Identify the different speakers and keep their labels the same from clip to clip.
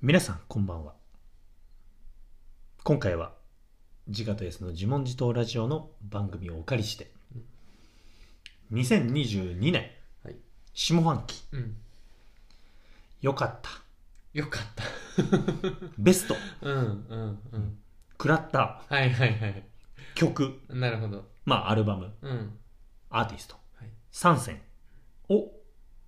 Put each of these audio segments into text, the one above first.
Speaker 1: 皆さんこんばんは今回は自我と S の自問自答ラジオの番組をお借りして2022年
Speaker 2: はい
Speaker 1: 下半期
Speaker 2: うん
Speaker 1: 良かった
Speaker 2: よかった
Speaker 1: ベスト
Speaker 2: うんうんうん
Speaker 1: 食らった
Speaker 2: はいはいはい
Speaker 1: 曲
Speaker 2: なるほど
Speaker 1: まあアルバム
Speaker 2: うん
Speaker 1: アーティスト
Speaker 2: はい
Speaker 1: 3選を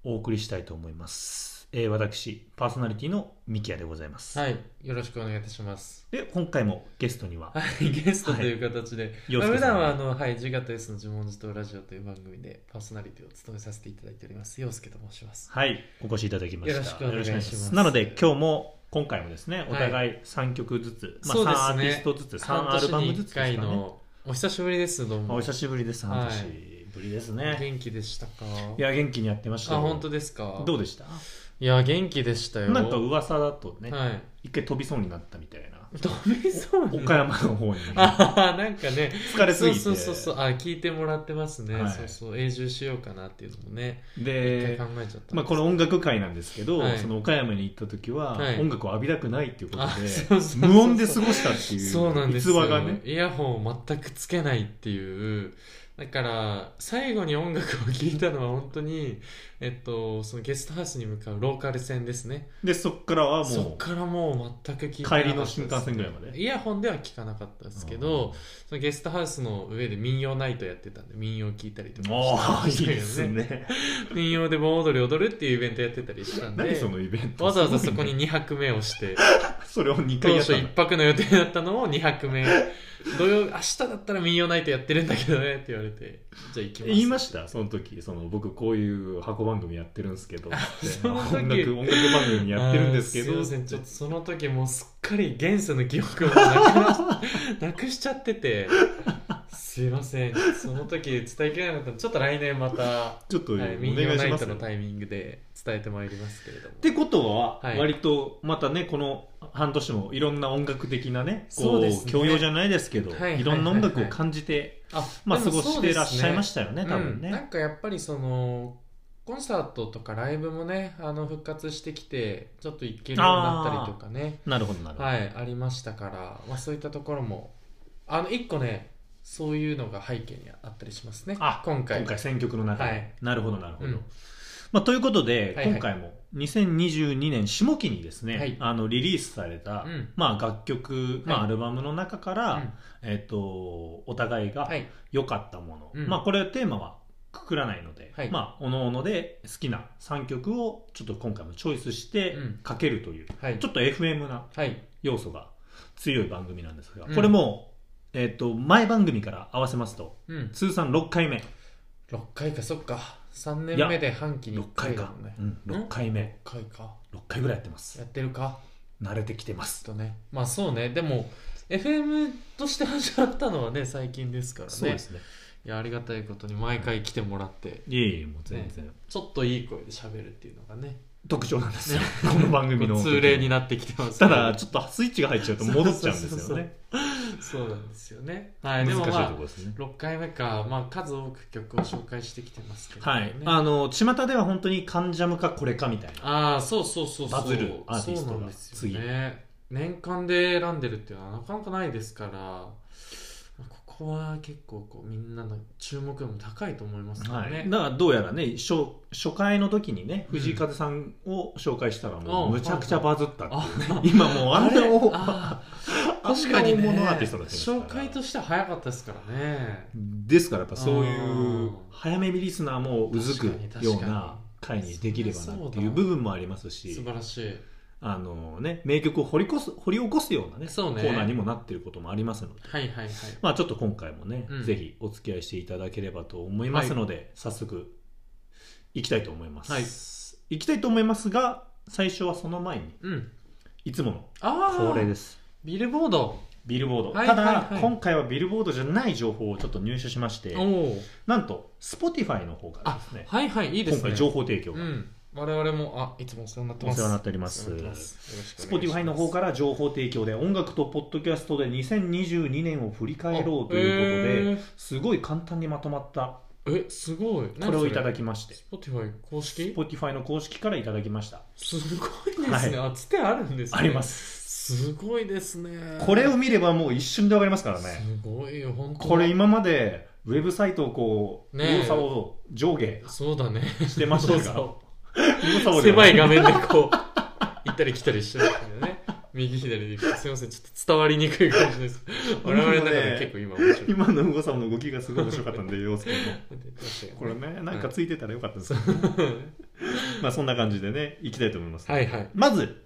Speaker 1: お送りしたいと思います、えー私パーソナリティのミキヤでございます、
Speaker 2: はいよろしくお願いいたします
Speaker 1: で今回もゲストには
Speaker 2: はいゲストという形で、
Speaker 1: 洋
Speaker 2: まあ
Speaker 1: 介
Speaker 2: 普
Speaker 1: さん
Speaker 2: 段はあの、はい、自我と S の自問自答ラジオという番組でパーソナリティを務めさせていただいております陽介と申します
Speaker 1: はい、お越しいただきました。
Speaker 2: よろしくお願いしま
Speaker 1: よ
Speaker 2: す
Speaker 1: ろくお願なので、今日も、今回もですね、お互い3曲ずつ、
Speaker 2: そう
Speaker 1: ま
Speaker 2: で
Speaker 1: あ、3ア
Speaker 2: す
Speaker 1: ー
Speaker 2: ね
Speaker 1: ティストずつ、3
Speaker 2: 半
Speaker 1: アルバ
Speaker 2: 年
Speaker 1: ム
Speaker 2: に
Speaker 1: ずつで
Speaker 2: 一
Speaker 1: す
Speaker 2: 回
Speaker 1: かね。
Speaker 2: のお久しぶりですどう
Speaker 1: あ
Speaker 2: も
Speaker 1: お久しぶりです、半
Speaker 2: は
Speaker 1: 年ぶりですね。
Speaker 2: 元気でしたか
Speaker 1: いや、元気にやってました
Speaker 2: あ
Speaker 1: よ。
Speaker 2: 本当ですか
Speaker 1: どうでした
Speaker 2: いや元気でしたよ
Speaker 1: なんか噂だとね、
Speaker 2: はい
Speaker 1: 一回飛びそうになったみたいな。
Speaker 2: 飛びそうな
Speaker 1: 岡山の方に
Speaker 2: ああなんかね
Speaker 1: 疲れすぎて。
Speaker 2: そうそうそうそうあ聞いてもらってますね、
Speaker 1: はい
Speaker 2: そうそう永住しようかなっていうのもね、一
Speaker 1: で、
Speaker 2: 回考えちゃった
Speaker 1: まあ、こ
Speaker 2: の
Speaker 1: の音楽会なんですけど、
Speaker 2: はい
Speaker 1: その岡山に行った時は、
Speaker 2: はい
Speaker 1: 音楽を浴びたくないっていうこと
Speaker 2: あそう
Speaker 1: で、
Speaker 2: そうそう
Speaker 1: 無音で過ごしたっていう
Speaker 2: そうなんです
Speaker 1: 逸
Speaker 2: よ
Speaker 1: 話がね。
Speaker 2: イヤホンを全くつけないっていうだから最後に音楽を聴いたのは本当にえっとそのゲストハウスに向かうローカル線ですね
Speaker 1: で、そっからは
Speaker 2: そっ
Speaker 1: もう、
Speaker 2: からもう全く聞いてなかった
Speaker 1: 帰りの新幹線ぐらいまで
Speaker 2: イヤホンでは聞かなかったですけどそのゲストハウスの上で民謡ナイトやってたんで民謡聞いたりとか
Speaker 1: ああい
Speaker 2: し
Speaker 1: い
Speaker 2: てましたけど
Speaker 1: ですね
Speaker 2: 民謡で盆踊り踊るっていうイベントやってたりしたんで
Speaker 1: 何そのイベント
Speaker 2: わざわざそこに2泊目をして
Speaker 1: それを2
Speaker 2: 当
Speaker 1: 回やっ
Speaker 2: 初
Speaker 1: たんだ
Speaker 2: 1泊の予定だったのを2泊目土曜明日だったら民謡ナイトやってるんだけどねって言われてじゃあ行きます
Speaker 1: 言いましたその時その僕こういう箱番組やってるんですけ ど
Speaker 2: その時
Speaker 1: 音楽音楽番組やってるんですけ
Speaker 2: あ
Speaker 1: ど
Speaker 2: ーすいませんちょっとその時もうすっかり現世の記憶をなくな なくしちゃっててすいませんその時伝えきれなかったのでちょっと来年また、は
Speaker 1: ちょっとお願
Speaker 2: い、
Speaker 1: い
Speaker 2: 民謡ナ
Speaker 1: し
Speaker 2: イ
Speaker 1: ま
Speaker 2: ト
Speaker 1: す
Speaker 2: の
Speaker 1: よっ
Speaker 2: タイミングで伝えてまいりますけれども
Speaker 1: てことは
Speaker 2: はい
Speaker 1: 割とまたねこの半年もいろんな音楽的なねこ
Speaker 2: そうですね
Speaker 1: 教養じゃないですけど
Speaker 2: はいはいはいはい
Speaker 1: いろんな音楽を感じて
Speaker 2: あ
Speaker 1: まあ
Speaker 2: で
Speaker 1: 過
Speaker 2: も
Speaker 1: ごしてらっしゃいま
Speaker 2: し
Speaker 1: したよ
Speaker 2: た
Speaker 1: ね多分
Speaker 2: な
Speaker 1: ね
Speaker 2: んかやっぱりそのコンサートとかライブもねあの復活してきてちょっと行けるようになったりとかね
Speaker 1: なるほどなるほど
Speaker 2: はいありましたから、まあ、そういったところもあの一個ねそういうのが背景にあったりしますね
Speaker 1: あ
Speaker 2: 今回
Speaker 1: 今回選曲の中で、
Speaker 2: はい
Speaker 1: なるほどなるほど、
Speaker 2: うん
Speaker 1: まあ、ということで、
Speaker 2: はいはい
Speaker 1: 今回も2022年下期にですね、
Speaker 2: はい
Speaker 1: あのリリースされた、
Speaker 2: うん
Speaker 1: まあ、楽曲、まあ、
Speaker 2: はい
Speaker 1: アルバムの中から、
Speaker 2: うん
Speaker 1: えっとお互いが
Speaker 2: はい
Speaker 1: 良かったもの、
Speaker 2: うん
Speaker 1: まあ、これテーマはくくらないので、
Speaker 2: はい
Speaker 1: まあ、おのおので好きな3曲をちょっと今回もチョイスして
Speaker 2: うん
Speaker 1: かけるという、
Speaker 2: はい
Speaker 1: ちょっと FM な
Speaker 2: はい
Speaker 1: 要素が強い番組なんですが、
Speaker 2: うん
Speaker 1: これも、えっと前番組から合わせますと
Speaker 2: うん
Speaker 1: 通算6回目。
Speaker 2: 6回かそっか3年目で半期に
Speaker 1: 6
Speaker 2: 1
Speaker 1: 回
Speaker 2: 回だ
Speaker 1: か
Speaker 2: もんね、
Speaker 1: うん、6回目
Speaker 2: 6回か
Speaker 1: 6回ぐらいやってます
Speaker 2: やってるか
Speaker 1: 慣れてきてま
Speaker 2: ち
Speaker 1: す
Speaker 2: ょっとねまあそうねでも FM として始まったのはね最近ですからね
Speaker 1: ね
Speaker 2: いやありがたいことに毎回来てもらって
Speaker 1: いえいえもう全然、
Speaker 2: ちょっといい声で喋るっていうのがね
Speaker 1: 特徴なんですよ この番組の
Speaker 2: こう通例になってきてま す
Speaker 1: ただちょっとスイッチが入っちゃうと戻っちゃうんですよね
Speaker 2: そうそうそうそうそうなんですよねはい
Speaker 1: 難し
Speaker 2: で
Speaker 1: いと
Speaker 2: も
Speaker 1: こ
Speaker 2: まあ
Speaker 1: ろですね、
Speaker 2: 6回目か、まあ、数多く曲を紹介してきてますけど、ね、
Speaker 1: はいあの巷では本当に「関ジャムかこれか」みたいな
Speaker 2: ああそうそうそうそう
Speaker 1: バズるアーティストが
Speaker 2: そうなんですよね年間で選んでるっていうのはなかなかないですからまあここは結構こうみんなの注目度も高いと思いますか
Speaker 1: は
Speaker 2: ら
Speaker 1: い、
Speaker 2: ね、
Speaker 1: だからどうやらね初初回の時にね
Speaker 2: うん
Speaker 1: 藤井風さんを紹介したらもう
Speaker 2: あ
Speaker 1: むちゃくちゃバズった っていう
Speaker 2: あ
Speaker 1: 今もうあれを
Speaker 2: あー
Speaker 1: あんな
Speaker 2: 確かにね
Speaker 1: 大物アーティストだったんですから
Speaker 2: 紹介としては早かったですからね
Speaker 1: ですからやっぱそういう
Speaker 2: うん
Speaker 1: 早めリスナーもうずくような回にできればなっていう部分もあります
Speaker 2: 素
Speaker 1: し
Speaker 2: 晴らしい
Speaker 1: あの、ね、名曲を掘りこす掘り起こすような、ね
Speaker 2: そうね
Speaker 1: コーナーにもなっていることもありますので、
Speaker 2: はいはいはい
Speaker 1: まあ、ちょっと今回もね、
Speaker 2: うん
Speaker 1: ぜひお付き合いしていただければと思いますので、早速いきたいと思います、
Speaker 2: はい
Speaker 1: いきたいと思いますが最初はその前に
Speaker 2: うん
Speaker 1: いつも
Speaker 2: あ
Speaker 1: の
Speaker 2: あ
Speaker 1: 恒例です
Speaker 2: ビルボード
Speaker 1: ビルボード、
Speaker 2: はい
Speaker 1: た
Speaker 2: はいは
Speaker 1: だ
Speaker 2: い
Speaker 1: 今回はビルボードじゃない情報をちょっと入手しまして
Speaker 2: おお
Speaker 1: なんと Spotify の方から
Speaker 2: あ
Speaker 1: ですね
Speaker 2: はいはいいいですね
Speaker 1: 今回情報提供
Speaker 2: う
Speaker 1: が、
Speaker 2: ん、我々もあいつもお世話になってます
Speaker 1: お世話になっております
Speaker 2: お世話になってますよろしくお願いします
Speaker 1: Spotify の方から情報提供で音楽とポッドキャストで2022年を振り返ろうということで、
Speaker 2: あえー
Speaker 1: すごい簡単にまとまった
Speaker 2: えすごい
Speaker 1: これをいただ
Speaker 2: き
Speaker 1: きまして
Speaker 2: Spotify 公式
Speaker 1: Spotify の公式からいただきました
Speaker 2: すごいですね、あつてあるんですね
Speaker 1: ありますす
Speaker 2: すごいですね
Speaker 1: これを見ればもう一瞬でわかりますからね
Speaker 2: すごいよ本当
Speaker 1: これ今までウェブサイトをこう
Speaker 2: ねえ
Speaker 1: 動作を上下
Speaker 2: そうだね
Speaker 1: してま したが
Speaker 2: そう
Speaker 1: 動
Speaker 2: そ
Speaker 1: 作
Speaker 2: う
Speaker 1: を
Speaker 2: 狭い画面でこう行ったり来たりしてましたけどね右左で行くすいませんちょっと伝わりにくい感じです我々の中で結構今面白い
Speaker 1: 今の動作の動きがすごい面白かったんで洋介もこれ
Speaker 2: ね
Speaker 1: ねなんかついてたらよかったですけど、 まあそんな感じでねいきたいと思います、
Speaker 2: はいはい
Speaker 1: まず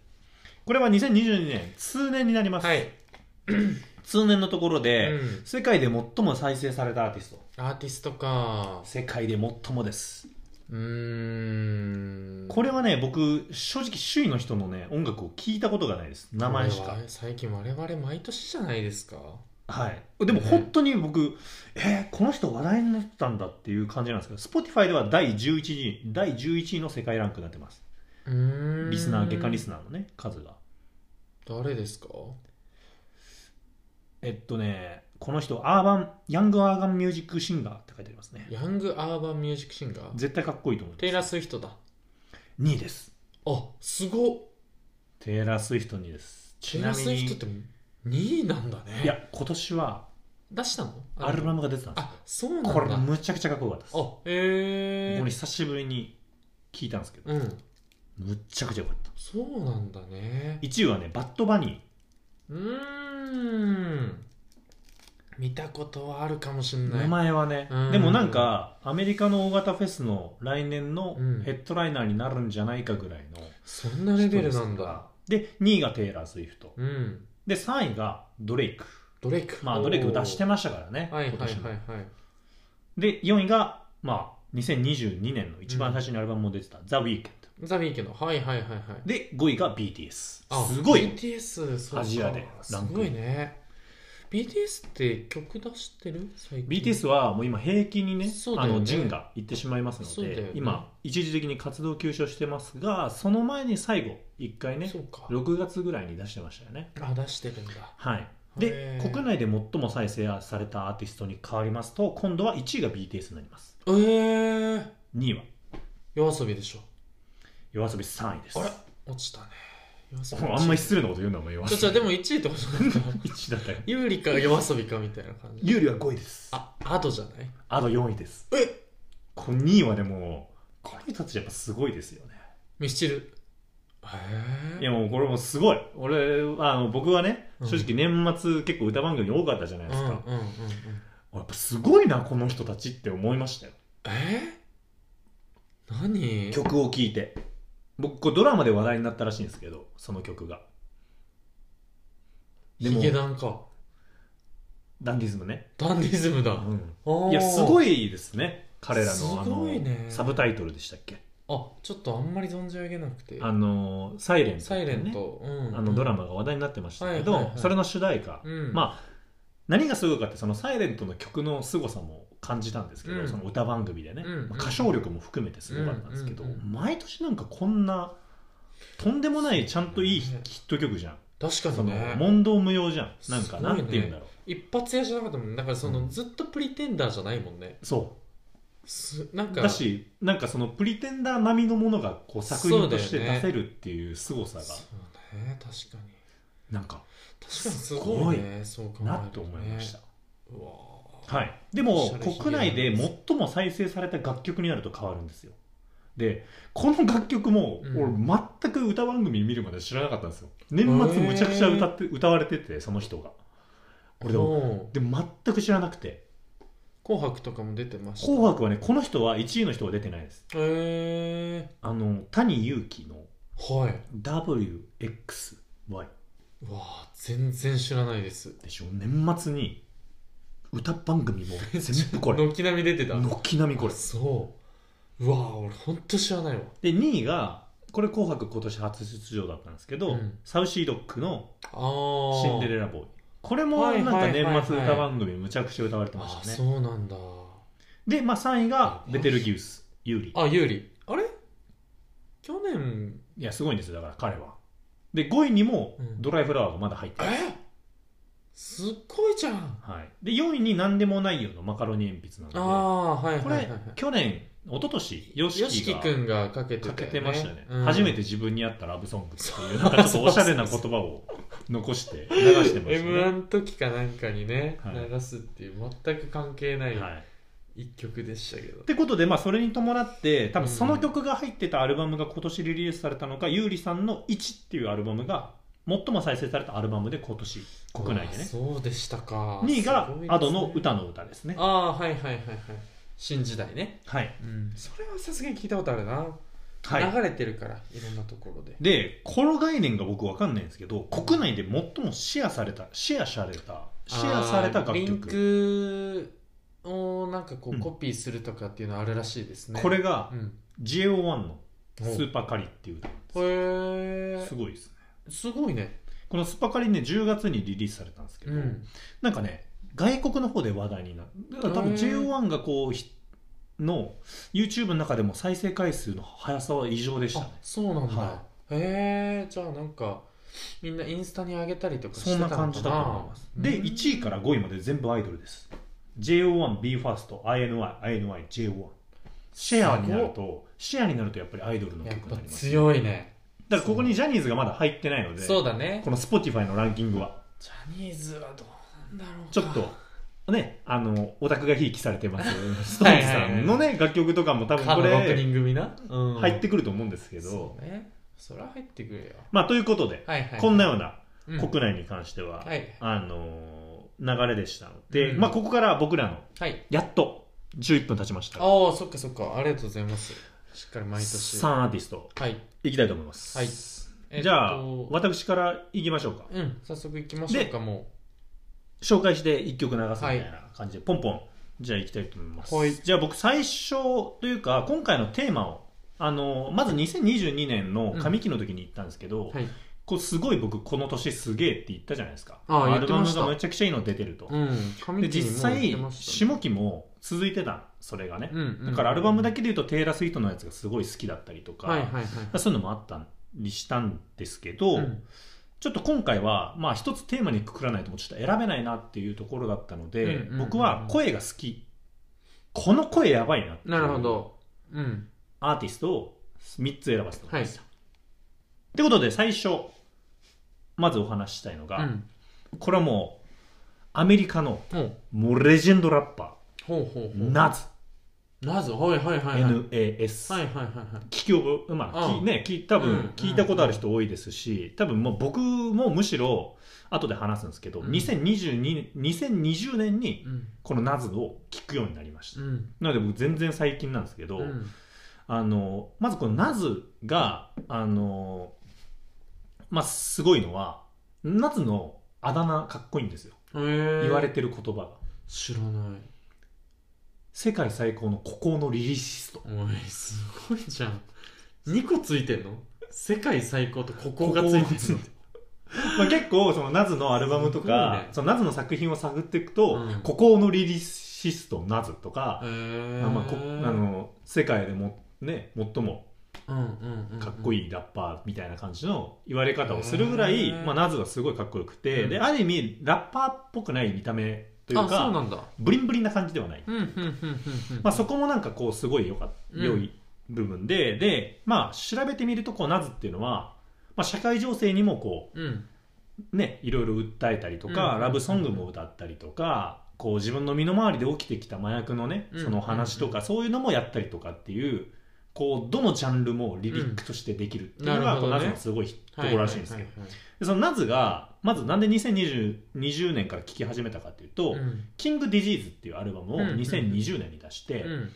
Speaker 1: これは2022年通年になります、
Speaker 2: はい、
Speaker 1: 通年のところ
Speaker 2: う
Speaker 1: で、
Speaker 2: ん、
Speaker 1: 世界で最も再生されたアーティスト
Speaker 2: アーティストか
Speaker 1: 世界で最もです
Speaker 2: うーん
Speaker 1: これはね僕正直周囲の人のね音楽を聞いたことがないです名前し
Speaker 2: こ
Speaker 1: か
Speaker 2: れは最近我々毎年じゃないですか
Speaker 1: はいでも本当に僕、えーこの人話題になったんだっていう感じなんですけど Spotify では第11位第11位の世界ランクになってます
Speaker 2: うーん
Speaker 1: リスナー月間リスナーのね数が
Speaker 2: 誰ですか
Speaker 1: えっとねこの人アーバンヤングアーバンミュージックシンガーって書いてありますね
Speaker 2: ヤングアーバンミュージックシンガー
Speaker 1: 絶対かっこいいと思います
Speaker 2: テイラー・スウィフトだ
Speaker 1: 2位です
Speaker 2: あすごっ
Speaker 1: テイラー・スウィフト2位です
Speaker 2: テ
Speaker 1: ち
Speaker 2: イラ
Speaker 1: な
Speaker 2: ー・
Speaker 1: み
Speaker 2: スウィ
Speaker 1: に
Speaker 2: フトって2位なんだね
Speaker 1: いや今年は
Speaker 2: 出したの
Speaker 1: アルバムが出てたんですよ
Speaker 2: あそうなんだ
Speaker 1: これむちゃくちゃかっこよかったです
Speaker 2: あええ
Speaker 1: これ
Speaker 2: ー、
Speaker 1: 久しぶりに聞いたんですけど、
Speaker 2: うん
Speaker 1: むっちゃくちゃよかった
Speaker 2: そうなんだね
Speaker 1: 1位はねバッドバニ
Speaker 2: うーん見たことはあるかもしん
Speaker 1: ー
Speaker 2: ない
Speaker 1: 名前はね、
Speaker 2: うん
Speaker 1: でもなんかアメリカの大型フェスの来年の
Speaker 2: うん
Speaker 1: ヘッドライナーになるんじゃないかぐらいの
Speaker 2: そんなレベルなんだ
Speaker 1: で2位がテイラー・スウィフト
Speaker 2: うん
Speaker 1: で3位がドレイク
Speaker 2: ドレイク
Speaker 1: まあドレイク出して
Speaker 2: も
Speaker 1: ましたからね
Speaker 2: はいはい
Speaker 1: 今
Speaker 2: はい
Speaker 1: 年も
Speaker 2: はい
Speaker 1: で4位がまあ2022年の一番最初にアルバムも出てた、ザ・ウィークエン
Speaker 2: ザ・ウィーケンドはいはいはいはい
Speaker 1: ドで5位が BTS す
Speaker 2: あ
Speaker 1: ごい
Speaker 2: BTS そうか
Speaker 1: アジアでラン
Speaker 2: す
Speaker 1: クイン
Speaker 2: ごいね BTS って曲出してる最近
Speaker 1: BTS はもう今平均にね
Speaker 2: そうだ
Speaker 1: あ
Speaker 2: よね
Speaker 1: の陣が行ってしまいます
Speaker 2: そう
Speaker 1: の
Speaker 2: だ
Speaker 1: で、
Speaker 2: よね
Speaker 1: 今一時的に活動休止をしてますがその前に最後1回ね
Speaker 2: そうか
Speaker 1: 6月ぐらいに出してましたよね
Speaker 2: あ出してるんだ
Speaker 1: はい
Speaker 2: へ
Speaker 1: で
Speaker 2: ー
Speaker 1: 国内で最も再生されたアーティストに変わりますと今度は1位が BTS になります
Speaker 2: ええー、
Speaker 1: 2位は
Speaker 2: 夜遊びでしょ
Speaker 1: YOASOBI3 位です
Speaker 2: あれ落ちたね夜遊
Speaker 1: もうあんま失礼なこと言うのも YOASOBI
Speaker 2: ちょちょでも1位ってことじゃないかな
Speaker 1: 1位だったよ
Speaker 2: 有利か夜遊びかみたいな感じ
Speaker 1: 有利は5位ですあ
Speaker 2: あアドじゃない
Speaker 1: と4位です
Speaker 2: え
Speaker 1: この2位はでもこの人たちやっぱすごいですよね
Speaker 2: ミスチル
Speaker 1: い
Speaker 2: へえ
Speaker 1: やもうこれもすごい俺あの僕はね
Speaker 2: うん
Speaker 1: 正直年末結構歌番組多かったじゃない
Speaker 2: うん
Speaker 1: で
Speaker 2: う
Speaker 1: す
Speaker 2: んうん
Speaker 1: か、
Speaker 2: うん
Speaker 1: やっぱすごいなこの人たちって思いましたよ
Speaker 2: えー、何
Speaker 1: 曲を聴いて僕これドラマで話題になったらしいんですけどその曲がでも
Speaker 2: ヒゲダンか
Speaker 1: ダンディズムね、
Speaker 2: ダンディズムだ、
Speaker 1: うん
Speaker 2: あー
Speaker 1: いやすごいですね彼らの
Speaker 2: すごいね
Speaker 1: あのサブタイトルでしたっけ
Speaker 2: あちょっとあんまり存じ上げなくて
Speaker 1: あの「サイレント、
Speaker 2: サイレント、うん、
Speaker 1: あのドラ
Speaker 2: マ、
Speaker 1: マが話題になってましたけど、
Speaker 2: はいはいはい
Speaker 1: それの主題歌、
Speaker 2: うん、あ
Speaker 1: まあ何がすごいかってその「サイレントの曲の凄さも感じたんですけど、
Speaker 2: うん
Speaker 1: その歌番組でね、
Speaker 2: うん
Speaker 1: まあ歌唱力も含めてすごかったんですけど、
Speaker 2: うんうんうん
Speaker 1: 毎年なんかこんなとんでもないちゃんといいヒット曲じゃん、
Speaker 2: 確か
Speaker 1: そ
Speaker 2: に
Speaker 1: の
Speaker 2: ね
Speaker 1: 問答無用じゃんなんか
Speaker 2: すごい
Speaker 1: な
Speaker 2: ね
Speaker 1: んて言うんだろう、
Speaker 2: 一発屋じゃなかったもんだからその、
Speaker 1: うん
Speaker 2: ずっとプリテンダーじゃないもんね
Speaker 1: そ
Speaker 2: すなん
Speaker 1: う
Speaker 2: か
Speaker 1: だしなんかそのプリテンダー並みのものがこう作品として
Speaker 2: そうだよね
Speaker 1: 出せるっていう凄さが、
Speaker 2: そうね確かに
Speaker 1: なんか
Speaker 2: 確かにすごいねそう考えると、ね、
Speaker 1: なって思いました、
Speaker 2: うわー
Speaker 1: はい、で
Speaker 2: おし
Speaker 1: も
Speaker 2: ゃれ
Speaker 1: 国内で最も再生された楽曲になると変わるんですよでこの楽曲も
Speaker 2: うん
Speaker 1: 俺全く歌番組見るまで知らなかったんですよ年末むちゃくちゃ歌って歌われててその人が俺でも
Speaker 2: も
Speaker 1: でも全く知らなくて
Speaker 2: 「紅白」とかも出て
Speaker 1: 「
Speaker 2: ました
Speaker 1: 紅白」はねこの人は1位の人は出てないです
Speaker 2: へえ
Speaker 1: あの谷祐希の
Speaker 2: ー、はい
Speaker 1: WXY
Speaker 2: うわー全然知らないです
Speaker 1: でしょ年末に歌番組 も全部これ
Speaker 2: 軒並み出てた
Speaker 1: 軒並みこれ
Speaker 2: そううわー俺ほんと知らないわ
Speaker 1: で2位がこれ「紅白」今年初出場だったんですけど、
Speaker 2: うん
Speaker 1: サウシードッグの
Speaker 2: あ
Speaker 1: 「
Speaker 2: ー
Speaker 1: シンデレラボーイ」これも
Speaker 2: は
Speaker 1: ないん
Speaker 2: は
Speaker 1: か
Speaker 2: いはいはい
Speaker 1: 年末歌番組むちゃくちゃ歌われてま
Speaker 2: あ
Speaker 1: したね
Speaker 2: そうなんだ
Speaker 1: で、まあ、3位がベテルギウスユーリ
Speaker 2: あ有利あれ去年
Speaker 1: いやすごいんですよだから彼はで5位にも
Speaker 2: うん
Speaker 1: ドライフラワーがまだ入ってる、
Speaker 2: えすっごいじゃん
Speaker 1: はい、で4位に「なんでもないよ」のマカロニ鉛筆な
Speaker 2: あ
Speaker 1: の
Speaker 2: あはい
Speaker 1: でこ
Speaker 2: はいは
Speaker 1: れ
Speaker 2: い、
Speaker 1: 去年一昨年ヨ
Speaker 2: よし
Speaker 1: シキ
Speaker 2: き
Speaker 1: が
Speaker 2: くんがかけてた
Speaker 1: か
Speaker 2: よ
Speaker 1: けてましたよね、
Speaker 2: うん
Speaker 1: 初めて自分に合ったラブソングっていうなんかちょっとおしゃれな言葉を残して流してました
Speaker 2: m
Speaker 1: ね
Speaker 2: 1の時かなんかにね、
Speaker 1: はい
Speaker 2: 流すっていう全く関係ない
Speaker 1: はい、っ
Speaker 2: 一曲でしたけど、
Speaker 1: てことで、まあ、それに伴って多分その曲が入ってたアルバムが今年リリースされたのか、優里さんの「1」っていうアルバムが最も再生されたアルバムで今年国内で
Speaker 2: あ
Speaker 1: ね
Speaker 2: そうでしたか
Speaker 1: 2位が
Speaker 2: すごいですね
Speaker 1: Ado の「歌の歌」ですね
Speaker 2: ああはいはいはいはい新時代ね
Speaker 1: はい、
Speaker 2: うんそれはさすがに聞いたことあるな、
Speaker 1: はい、
Speaker 2: 流れてるからいろんなところで
Speaker 1: でこの概念が僕わかんないんですけど国内で最もシェアされたシェアされたシェアされた
Speaker 2: あー
Speaker 1: 楽
Speaker 2: リン
Speaker 1: 曲、
Speaker 2: クをなんかこ
Speaker 1: う
Speaker 2: うんコピーするとかっていうのあるらしいですね、
Speaker 1: これが
Speaker 2: うん
Speaker 1: JO1 の「ス
Speaker 2: お
Speaker 1: ーパーカリ」っていう歌なんですよ
Speaker 2: へえ
Speaker 1: すごいですね
Speaker 2: すごいね
Speaker 1: この「スーパーカリね」10月にリリースされたんですけど、
Speaker 2: うん
Speaker 1: なんかね外国の方で話題になるだから多分
Speaker 2: へー
Speaker 1: JO1 がこうひの YouTube の中でも再生回数の速さは異常でしたね
Speaker 2: あそうなんだ、
Speaker 1: は
Speaker 2: へえじゃあなんかみんなインスタに上げたりとかし
Speaker 1: そ
Speaker 2: てた
Speaker 1: ん
Speaker 2: の
Speaker 1: な
Speaker 2: かな
Speaker 1: 感じだと思いますで
Speaker 2: うん
Speaker 1: 1位から5位まで全部アイドルです JO1BE:FIRSTINYINYJO1 シェアになるとシェアになるとやっぱりアイドルの
Speaker 2: やっ
Speaker 1: 曲に
Speaker 2: ぱ
Speaker 1: なりますだか
Speaker 2: 強いね
Speaker 1: らここにジャニーズがまだ入ってないので
Speaker 2: そうだね
Speaker 1: この Spotify のランキングは
Speaker 2: ジャニーズはどうなんだろうか
Speaker 1: ちょっ とねあのオタクがひいきされてますスト
Speaker 2: は
Speaker 1: ー
Speaker 2: い
Speaker 1: ンズさんのね楽曲とかも多分
Speaker 2: 韓
Speaker 1: こ
Speaker 2: 国
Speaker 1: れ
Speaker 2: 人組な、うん
Speaker 1: 入ってくると思うんですけど
Speaker 2: そうねそりゃ入ってくるよ
Speaker 1: まあということで
Speaker 2: はいはい
Speaker 1: こんなような
Speaker 2: うん
Speaker 1: 国内に関しては
Speaker 2: はい
Speaker 1: あの流れでしたので
Speaker 2: うん
Speaker 1: まあここからは僕らの
Speaker 2: はい
Speaker 1: やっと11分経ちました。
Speaker 2: ああそっかそっかありがとうございますしっかり毎年
Speaker 1: 3アーティスト
Speaker 2: はい
Speaker 1: いきたいと思います。
Speaker 2: はいえっと
Speaker 1: じゃあ、私からいきましょうか。
Speaker 2: うん早速行きましょうかも
Speaker 1: 紹介して1曲流すみたいな感じで、ポンポン。じゃあいきたいと思います。
Speaker 2: はい
Speaker 1: じゃあ僕最初というか、今回のテーマを、あの、まず2022年の上期の時に言ったんですけど、
Speaker 2: うはい
Speaker 1: こうすごい僕この年すげえって言ったじゃないですか。
Speaker 2: あー
Speaker 1: アルバ
Speaker 2: 言ってま
Speaker 1: ム
Speaker 2: した
Speaker 1: がめちゃくちゃいいの出てると。
Speaker 2: うん
Speaker 1: で
Speaker 2: 紙切り
Speaker 1: 実
Speaker 2: もう行って
Speaker 1: 際
Speaker 2: ま、したね
Speaker 1: 下期も続いてた、それがね。
Speaker 2: うんうん
Speaker 1: だからアルバムだけで言うとテイラー・スイートのやつがすごい好きだったりとか、
Speaker 2: はいはいはい
Speaker 1: そういうのもあったりしたんですけど、
Speaker 2: うん
Speaker 1: ちょっと今回はまあ一つテーマにくくらないともうちょっと選べないなっていうところだったので、
Speaker 2: うんうんうん
Speaker 1: 僕は声が好きこの声やばいなってい
Speaker 2: なるほ
Speaker 1: う
Speaker 2: どうん
Speaker 1: アーティストを3つ選ばせてもら
Speaker 2: はいい
Speaker 1: ました。ってことで最初まずお話ししたいの
Speaker 2: う
Speaker 1: が、
Speaker 2: ん
Speaker 1: これはもうアメリカの
Speaker 2: ほう
Speaker 1: もうレジェンドラッパ
Speaker 2: ほうほう
Speaker 1: ー、
Speaker 2: ほう
Speaker 1: ナズ、
Speaker 2: なぜはいはいはいはい
Speaker 1: NAS、
Speaker 2: はいはいはいはい
Speaker 1: 聞き覚え、まあ、
Speaker 2: う
Speaker 1: き
Speaker 2: ん
Speaker 1: ね、き多
Speaker 2: うん
Speaker 1: 分聞いたことある人多いですし、多分もう僕もむしろ、後で話すんですけど、
Speaker 2: うん
Speaker 1: 2022 2020年に
Speaker 2: うん
Speaker 1: このナズを聞くようになりました。
Speaker 2: うん
Speaker 1: なので僕全然最近なんですけど、
Speaker 2: うん
Speaker 1: あの、まずこのナズが、あの、まあ、すごいのは、ナズのあだ名かっこいいんですよ。
Speaker 2: へー
Speaker 1: 言われてる言葉が。
Speaker 2: 知らない
Speaker 1: 世界最高の孤高のリリシスト。
Speaker 2: おいすごいじゃん2個ついてんの世界最高とここがついてんの
Speaker 1: まあ、結構そのナズのアルバムと
Speaker 2: すごい
Speaker 1: か、
Speaker 2: ね
Speaker 1: そのナズの作品を探っていくと
Speaker 2: うん
Speaker 1: 「孤高のリリシストナズ」とか、
Speaker 2: へえ
Speaker 1: まあこあの世界でも、ね、最もかっこ
Speaker 2: い
Speaker 1: いいラッパーみたいな感じの言われ方をするぐらい、
Speaker 2: うん
Speaker 1: まあ、ナズはすごいかっこよくて、
Speaker 2: うん
Speaker 1: である意味ラッパーっぽくない見た目という
Speaker 2: あそう
Speaker 1: か
Speaker 2: なんだ
Speaker 1: ブリンブリンな感じではない、
Speaker 2: うんうんうんうんうん
Speaker 1: まあ、そこもなんかこうすごい良かっ
Speaker 2: うん
Speaker 1: 良い部分で、で、まあ、調べてみるとこうナズっていうのは、まあ、社会情勢にもこう
Speaker 2: うん
Speaker 1: ね、いろいろ訴えたりとか、
Speaker 2: うん
Speaker 1: ラブソングも歌ったりとか、こう自分の身の回りで起きてきた麻薬のね、
Speaker 2: うん
Speaker 1: その話とか、そういうのもやったりとかっていう、こう、どのジャンルもリリックとしてできるっていうの
Speaker 2: うんな
Speaker 1: が、
Speaker 2: るほ
Speaker 1: こ
Speaker 2: ど
Speaker 1: うナ
Speaker 2: ね
Speaker 1: ズのすごいところらしいんですけど、
Speaker 2: はは
Speaker 1: でそのナズが、まずなんで2020 20年から聴き始めたかっていうと、
Speaker 2: はいはいうん
Speaker 1: キング・ディジーズっていうアルバムを
Speaker 2: うんうん
Speaker 1: 2020年に出して、
Speaker 2: うん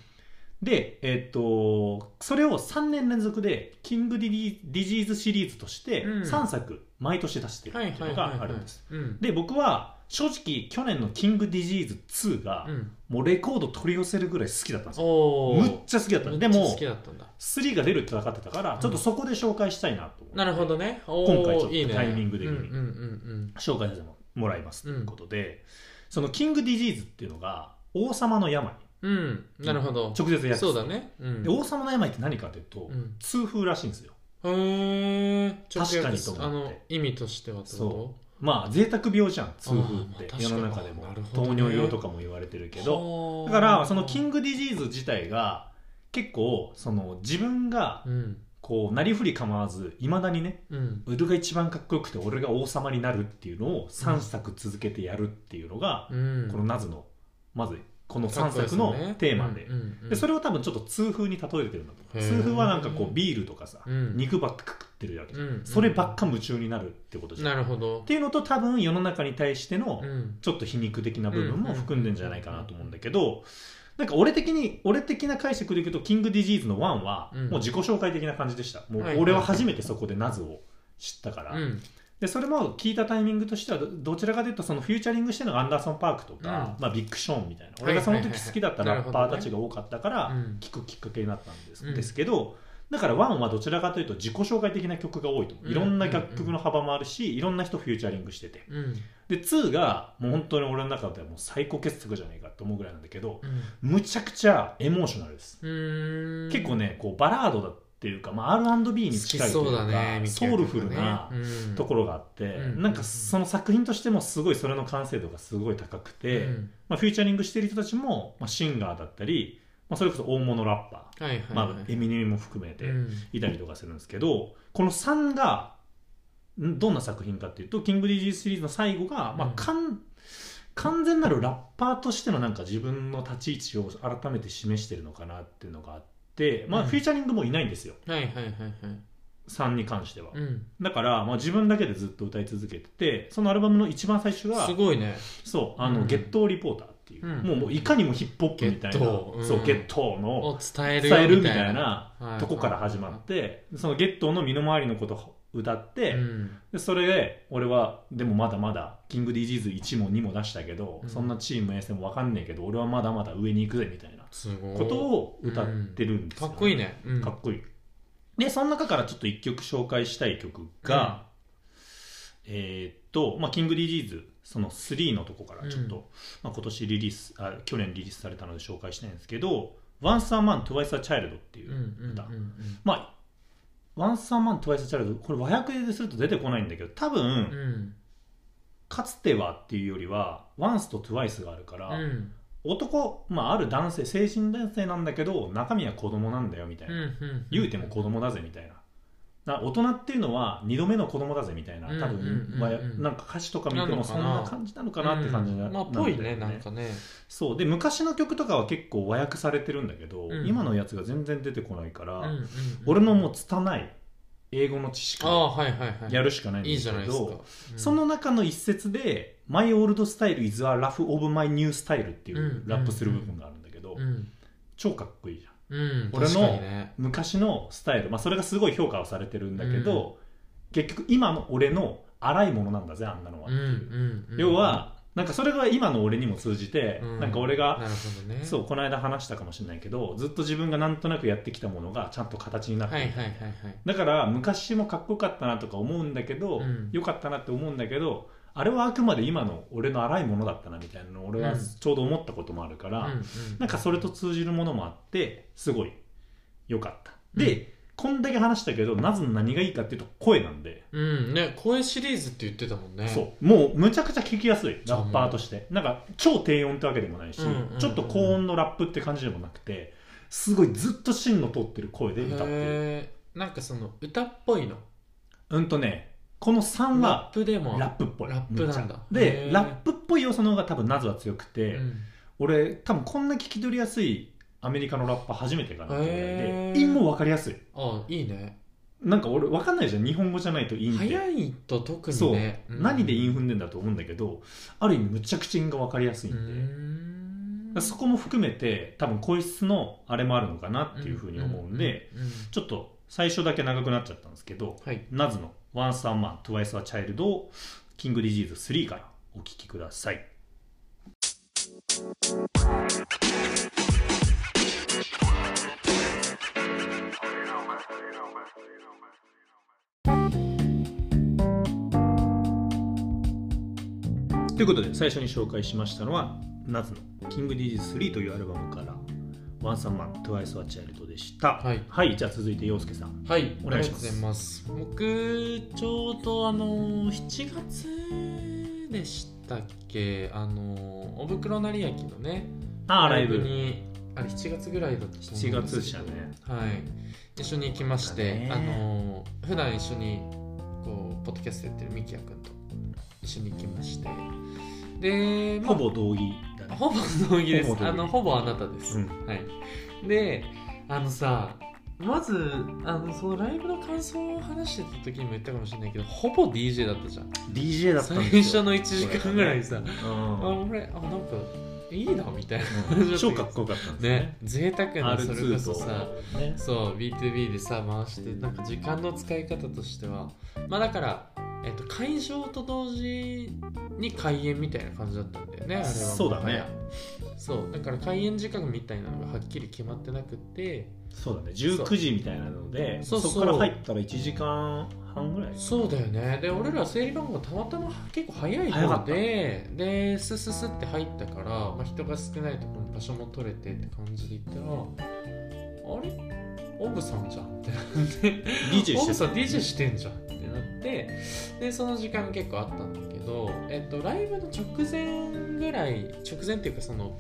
Speaker 1: で、えっと、それを3年連続で、キングディジディジーズシリーズとして、
Speaker 2: うん
Speaker 1: 3作、毎年出してるっていうのがあるんです。
Speaker 2: うん
Speaker 1: で僕は正直去年の「キング・ディジーズ2」が
Speaker 2: うん
Speaker 1: もうレコード取り寄せるぐらい好きだったんですよ
Speaker 2: お
Speaker 1: むっ
Speaker 2: ー
Speaker 1: ちゃ好きだったので
Speaker 2: めっちゃ
Speaker 1: も
Speaker 2: 好きだったんだ
Speaker 1: 3が出るって分かってたからちょっとそこで紹介したいなと思って
Speaker 2: なるほどねおー
Speaker 1: 今回ちょっと
Speaker 2: いいね
Speaker 1: タイミング的に
Speaker 2: うんうんうん
Speaker 1: 紹介させてもらいますということで、その「キング・ディジーズ」っていうのが王様の病
Speaker 2: うんうんなるほど
Speaker 1: 直接訳す
Speaker 2: そうだねうん
Speaker 1: で王様の病って何かというと、
Speaker 2: うん
Speaker 1: 痛風らしいんですよ
Speaker 2: へえ
Speaker 1: 確かにと思って
Speaker 2: あの意味としてはってこと
Speaker 1: まあ贅沢病じゃん痛風っ
Speaker 2: あーまあ確
Speaker 1: て
Speaker 2: かに
Speaker 1: 世の中でも、
Speaker 2: なるほど
Speaker 1: 糖
Speaker 2: ね
Speaker 1: 尿病とかも言われてるけど
Speaker 2: ど
Speaker 1: だからそのキングディジーズ自体が結構その自分が
Speaker 2: うん
Speaker 1: こうなりふり構わずいまだにね
Speaker 2: うん
Speaker 1: 俺が一番かっこよくて俺が王様になるっていうのを3作続けてやるっていうのが、
Speaker 2: うん
Speaker 1: このナズのまずこの3作のテーマで,、でそ
Speaker 2: れ
Speaker 1: れを多分ちょっと痛風に例えてるんだと思う
Speaker 2: へー
Speaker 1: 痛風はなんかこうビールとかさ、
Speaker 2: うん
Speaker 1: 肉ばっか食ってるだけじゃん、そればっか夢中になるってことじゃん、
Speaker 2: なるほ
Speaker 1: っ
Speaker 2: ど
Speaker 1: ていうのと多分世の中に対しての
Speaker 2: うん
Speaker 1: ちょっと皮肉的な部分も含んでんじゃないかなと思うんだけどなんか俺的に俺的な解釈で言うと「キング・ディジーズ」の1は
Speaker 2: うん
Speaker 1: もう自己紹介的な感じでした、もう
Speaker 2: はい
Speaker 1: 俺は初めてそこでナズを知ったから、
Speaker 2: うん
Speaker 1: でそれも聞いたタイミングとしてはどどちらかというとそのフューチャリングしてるのがアンダーソン・パークとか、
Speaker 2: う
Speaker 1: まあ、ビッグ・ショーンみたいな
Speaker 2: は
Speaker 1: 俺
Speaker 2: いはい
Speaker 1: が
Speaker 2: は
Speaker 1: そ
Speaker 2: いは
Speaker 1: の
Speaker 2: い
Speaker 1: 時好きだったラッパーたちが多かったか
Speaker 2: う
Speaker 1: ら
Speaker 2: ん
Speaker 1: 聞くきっかけになったんです,、
Speaker 2: うん
Speaker 1: ですけどだから1はどちらかというと自己紹介的な曲が多いと思ういろんな楽曲の幅もあるし、いろんな人フューチャリングしてて。
Speaker 2: うん
Speaker 1: で2がもう本当に俺の中ではもう最高傑作じゃないかと思うぐらいなんだけど
Speaker 2: うん
Speaker 1: むちゃくちゃエモーショナルです、
Speaker 2: うん
Speaker 1: 結構ねこうバラードだっていうか、まあ、R&B に
Speaker 2: 好き
Speaker 1: 近いとい
Speaker 2: そうう
Speaker 1: か
Speaker 2: だね
Speaker 1: ソウルフルなとこ
Speaker 2: ろ
Speaker 1: ろがあって、
Speaker 2: うん
Speaker 1: なんかその作品としてもすごいそれの完成度がすごい高くて、まあ、フューチャリングしてる人たちも、まあ、シンガーだったり、まあ、それこそ大物ラッパ
Speaker 2: はいはい
Speaker 1: ー、ま
Speaker 2: は
Speaker 1: あ、
Speaker 2: い
Speaker 1: エミネムも含めて、
Speaker 2: うん
Speaker 1: いたりとかするんですけどこの3がんどんな作品かっていうと「キング・ディジーズ」シリーズの最後が、ま
Speaker 2: う
Speaker 1: あ
Speaker 2: ん
Speaker 1: かん、完全なるラッパーとしてのなんか自分の立ち位置を改めて示してるのかなっていうのがあって、まあ、
Speaker 2: うん
Speaker 1: フィーチャリングもいないんですよ
Speaker 2: はいはいはいはい
Speaker 1: 3に関しては。
Speaker 2: うん
Speaker 1: だから、まあ、自分だけでずっと歌い続けててそのアルバムの一番最初が
Speaker 2: すごいね
Speaker 1: そうあの、
Speaker 2: うん
Speaker 1: ゲットーリポーター」っていう,、
Speaker 2: うん
Speaker 1: もうもういかにもヒップホップみたいな
Speaker 2: ゲットーうん
Speaker 1: そうゲットーの
Speaker 2: を伝えるよ
Speaker 1: 伝えるみたいな
Speaker 2: はい
Speaker 1: とこから始まってそのゲットーの身の回りのことを歌って、
Speaker 2: うん
Speaker 1: でそれで俺はでもまだまだキング DGs1 も2も出したけど、
Speaker 2: うん
Speaker 1: そんなチーム S も分かんねえけど俺はまだまだ上に行くぜみたいな
Speaker 2: すごい
Speaker 1: ことを歌ってるんです
Speaker 2: か
Speaker 1: よ、
Speaker 2: っこいいねうん
Speaker 1: かっこいいでその中からちょっと1曲紹介したい曲が、えーっと、まあ、キング DGs その3のとこからちょっと、
Speaker 2: うん
Speaker 1: まあ、今年リリースあ去年リリースされたので紹介したいんですけど「Once a Man Twice a Child」っていう、
Speaker 2: うんうんうんうん
Speaker 1: まあ、ワンサーマン、トワイスチャイルド、これ和訳ですると出てこないんだけど、多分、
Speaker 2: うん
Speaker 1: かつてはっていうよりは、ワンスとトゥワイスがあるから、
Speaker 2: うん
Speaker 1: 男、まあ、ある男性、成人男性なんだけど、中身は子供なんだよみたいな、
Speaker 2: うん
Speaker 1: 言うても子供だぜみたいな。な大人っていうのは二度目の子供だぜみたいな、多
Speaker 2: うんうんうん
Speaker 1: 分、
Speaker 2: うん
Speaker 1: 和訳なんか歌詞とか見て
Speaker 2: な
Speaker 1: も
Speaker 2: のか
Speaker 1: そ
Speaker 2: なん
Speaker 1: な感じなのかなって感じな,、
Speaker 2: うんまあ
Speaker 1: なんだよ
Speaker 2: ぽいねなんかね
Speaker 1: そうで昔の曲とかは結構和訳されてるんだけど、
Speaker 2: うん
Speaker 1: 今のやつが全然出てこないから、
Speaker 2: うんうんうん
Speaker 1: 俺のもう拙い英語の知識
Speaker 2: ああはいはいはい
Speaker 1: やるしかないん
Speaker 2: いい
Speaker 1: です
Speaker 2: じ
Speaker 1: け
Speaker 2: ゃないですか
Speaker 1: どその中の一節で「My old style is a rough of my new style」ってい
Speaker 2: う
Speaker 1: う
Speaker 2: ん
Speaker 1: ラップする部分があるんだけど
Speaker 2: うん
Speaker 1: 超かっこいいじゃん
Speaker 2: うん
Speaker 1: 俺の
Speaker 2: 確かにね
Speaker 1: 昔のスタイル、まあ、それがすごい評価はされてるんだけど結局今の俺の荒いものなんだぜあんなのは
Speaker 2: うんうんうん
Speaker 1: 要はなんかそれが今の俺にも通じて
Speaker 2: うん
Speaker 1: なんか俺が
Speaker 2: なるほどね
Speaker 1: そうこの間話したかもしれないけどずっと自分がなんとなくやってきたものがちゃんと形になって
Speaker 2: はい
Speaker 1: る
Speaker 2: はいはいはい
Speaker 1: だから昔もかっこよかったなとか思うんだけど、
Speaker 2: うん
Speaker 1: よかったなって思うんだけどあれはあくまで今の俺の荒いものだったなみたいなのを俺
Speaker 2: う
Speaker 1: は
Speaker 2: ん
Speaker 1: ちょうど思ったこともあるから、
Speaker 2: うんうん
Speaker 1: なんかそれと通じるものもあってすごい良かったで、こんだけ話したけどなぜ何がいいかっていうと声なんで、
Speaker 2: うんね声シリーズって言ってたもんね
Speaker 1: そうもうむちゃくちゃ聞きやすいラッパーとしてなんか超低音ってわけでもないし、
Speaker 2: うんうんうん
Speaker 1: ちょっと高音のラップって感じでもなくてすごいずっと芯の通ってる声で歌ってる
Speaker 2: へーなんかその歌っぽいの
Speaker 1: うんとねこの3は
Speaker 2: ラップでも
Speaker 1: ラップっぽい
Speaker 2: ラップなんだ
Speaker 1: めっちゃ
Speaker 2: へ
Speaker 1: で
Speaker 2: ー
Speaker 1: ラップっぽい要素の方が多分ナズは強くて、
Speaker 2: うん
Speaker 1: 俺多分こんな聞き取りやすいアメリカのラッパー初めてかなってぐらい
Speaker 2: へ
Speaker 1: で
Speaker 2: ー
Speaker 1: 韻も分かりやすい
Speaker 2: あいいね
Speaker 1: なんか俺分かんないじゃん日本語じゃないと韻って
Speaker 2: 早いと特に
Speaker 1: そう、
Speaker 2: ねうん
Speaker 1: 何で韻踏んでんだと思うんだけどある意味むちゃくちゃ韻が分かりやすいん
Speaker 2: う
Speaker 1: で、
Speaker 2: ん
Speaker 1: そこも含めて多分個室のあれもあるのかなっていうふうに思うんで、
Speaker 2: うんうん
Speaker 1: ちょっと最初だけ長くなっちゃったんですけど
Speaker 2: はい
Speaker 1: ナズの「ワンサーマン、トゥワイスはチャイルド」をキングディジーズ3からお聞きください。ということで最初に紹介しましたのは「ナズのキングディジーズ3」というアルバムからワンサンマン TWICE はチャイルドでしたはい、
Speaker 2: い
Speaker 1: じゃあ続いて陽介さん
Speaker 2: はい
Speaker 1: お願いします
Speaker 2: ありがとうございます僕ちょうどあの7月でしたっけあのおぶくろなりやきのね
Speaker 1: あーライブ
Speaker 2: にあれ7月ぐらいだったと思
Speaker 1: 7
Speaker 2: うんで
Speaker 1: 月
Speaker 2: すけど
Speaker 1: でしたね
Speaker 2: はい一緒に行きまし
Speaker 1: 行
Speaker 2: て、
Speaker 1: った
Speaker 2: あ
Speaker 1: ね
Speaker 2: の普段一緒にこうポッドキャストやってるミキヤ君と一緒に行きましてで、ま
Speaker 1: ほ
Speaker 2: あ
Speaker 1: ぼ同義だね
Speaker 2: ほぼ同義です
Speaker 1: ほぼ同義
Speaker 2: あのほぼあなたです、
Speaker 1: うん
Speaker 2: はい、であのさまずあのそのライブの感想を話してた時にも言ったかもしれないけどほぼ DJ だったじゃん
Speaker 1: DJ だったん
Speaker 2: 最
Speaker 1: です
Speaker 2: 初
Speaker 1: よ
Speaker 2: の1時間ぐらいさ、
Speaker 1: う
Speaker 2: あ
Speaker 1: ん
Speaker 2: 俺あなんかいいなみたいな
Speaker 1: うん 超かっこよかったんです
Speaker 2: ね
Speaker 1: ね
Speaker 2: 贅沢なそれこ
Speaker 1: R2
Speaker 2: そさ
Speaker 1: とね
Speaker 2: そう B2B でさ回してなんか時間の使い方としてはまあだから、えっと、会場と同時に開演みたいな感じだったんだよねあれは
Speaker 1: そうだね
Speaker 2: もはやそうだから開演時間みたいなのがはっきり決まってなくて
Speaker 1: そうだね19時みたいなので
Speaker 2: そ
Speaker 1: そう
Speaker 2: そう
Speaker 1: こから入ったら1時間半ぐらい
Speaker 2: そうだよねで俺ら整理番号がたまたま結構早い
Speaker 1: 早か
Speaker 2: 方
Speaker 1: っ
Speaker 2: ででスススって入ったから、まあ、人が少ないところに場所も取れてって感じで行ったらあれオブさんじゃんってなって
Speaker 1: DJ
Speaker 2: オ
Speaker 1: し
Speaker 2: ブ
Speaker 1: て
Speaker 2: さ
Speaker 1: た
Speaker 2: ん DJ してんじゃんってなってでその時間結構あったんだけど、えっと、ライブの直前ぐらい直前っていうかその、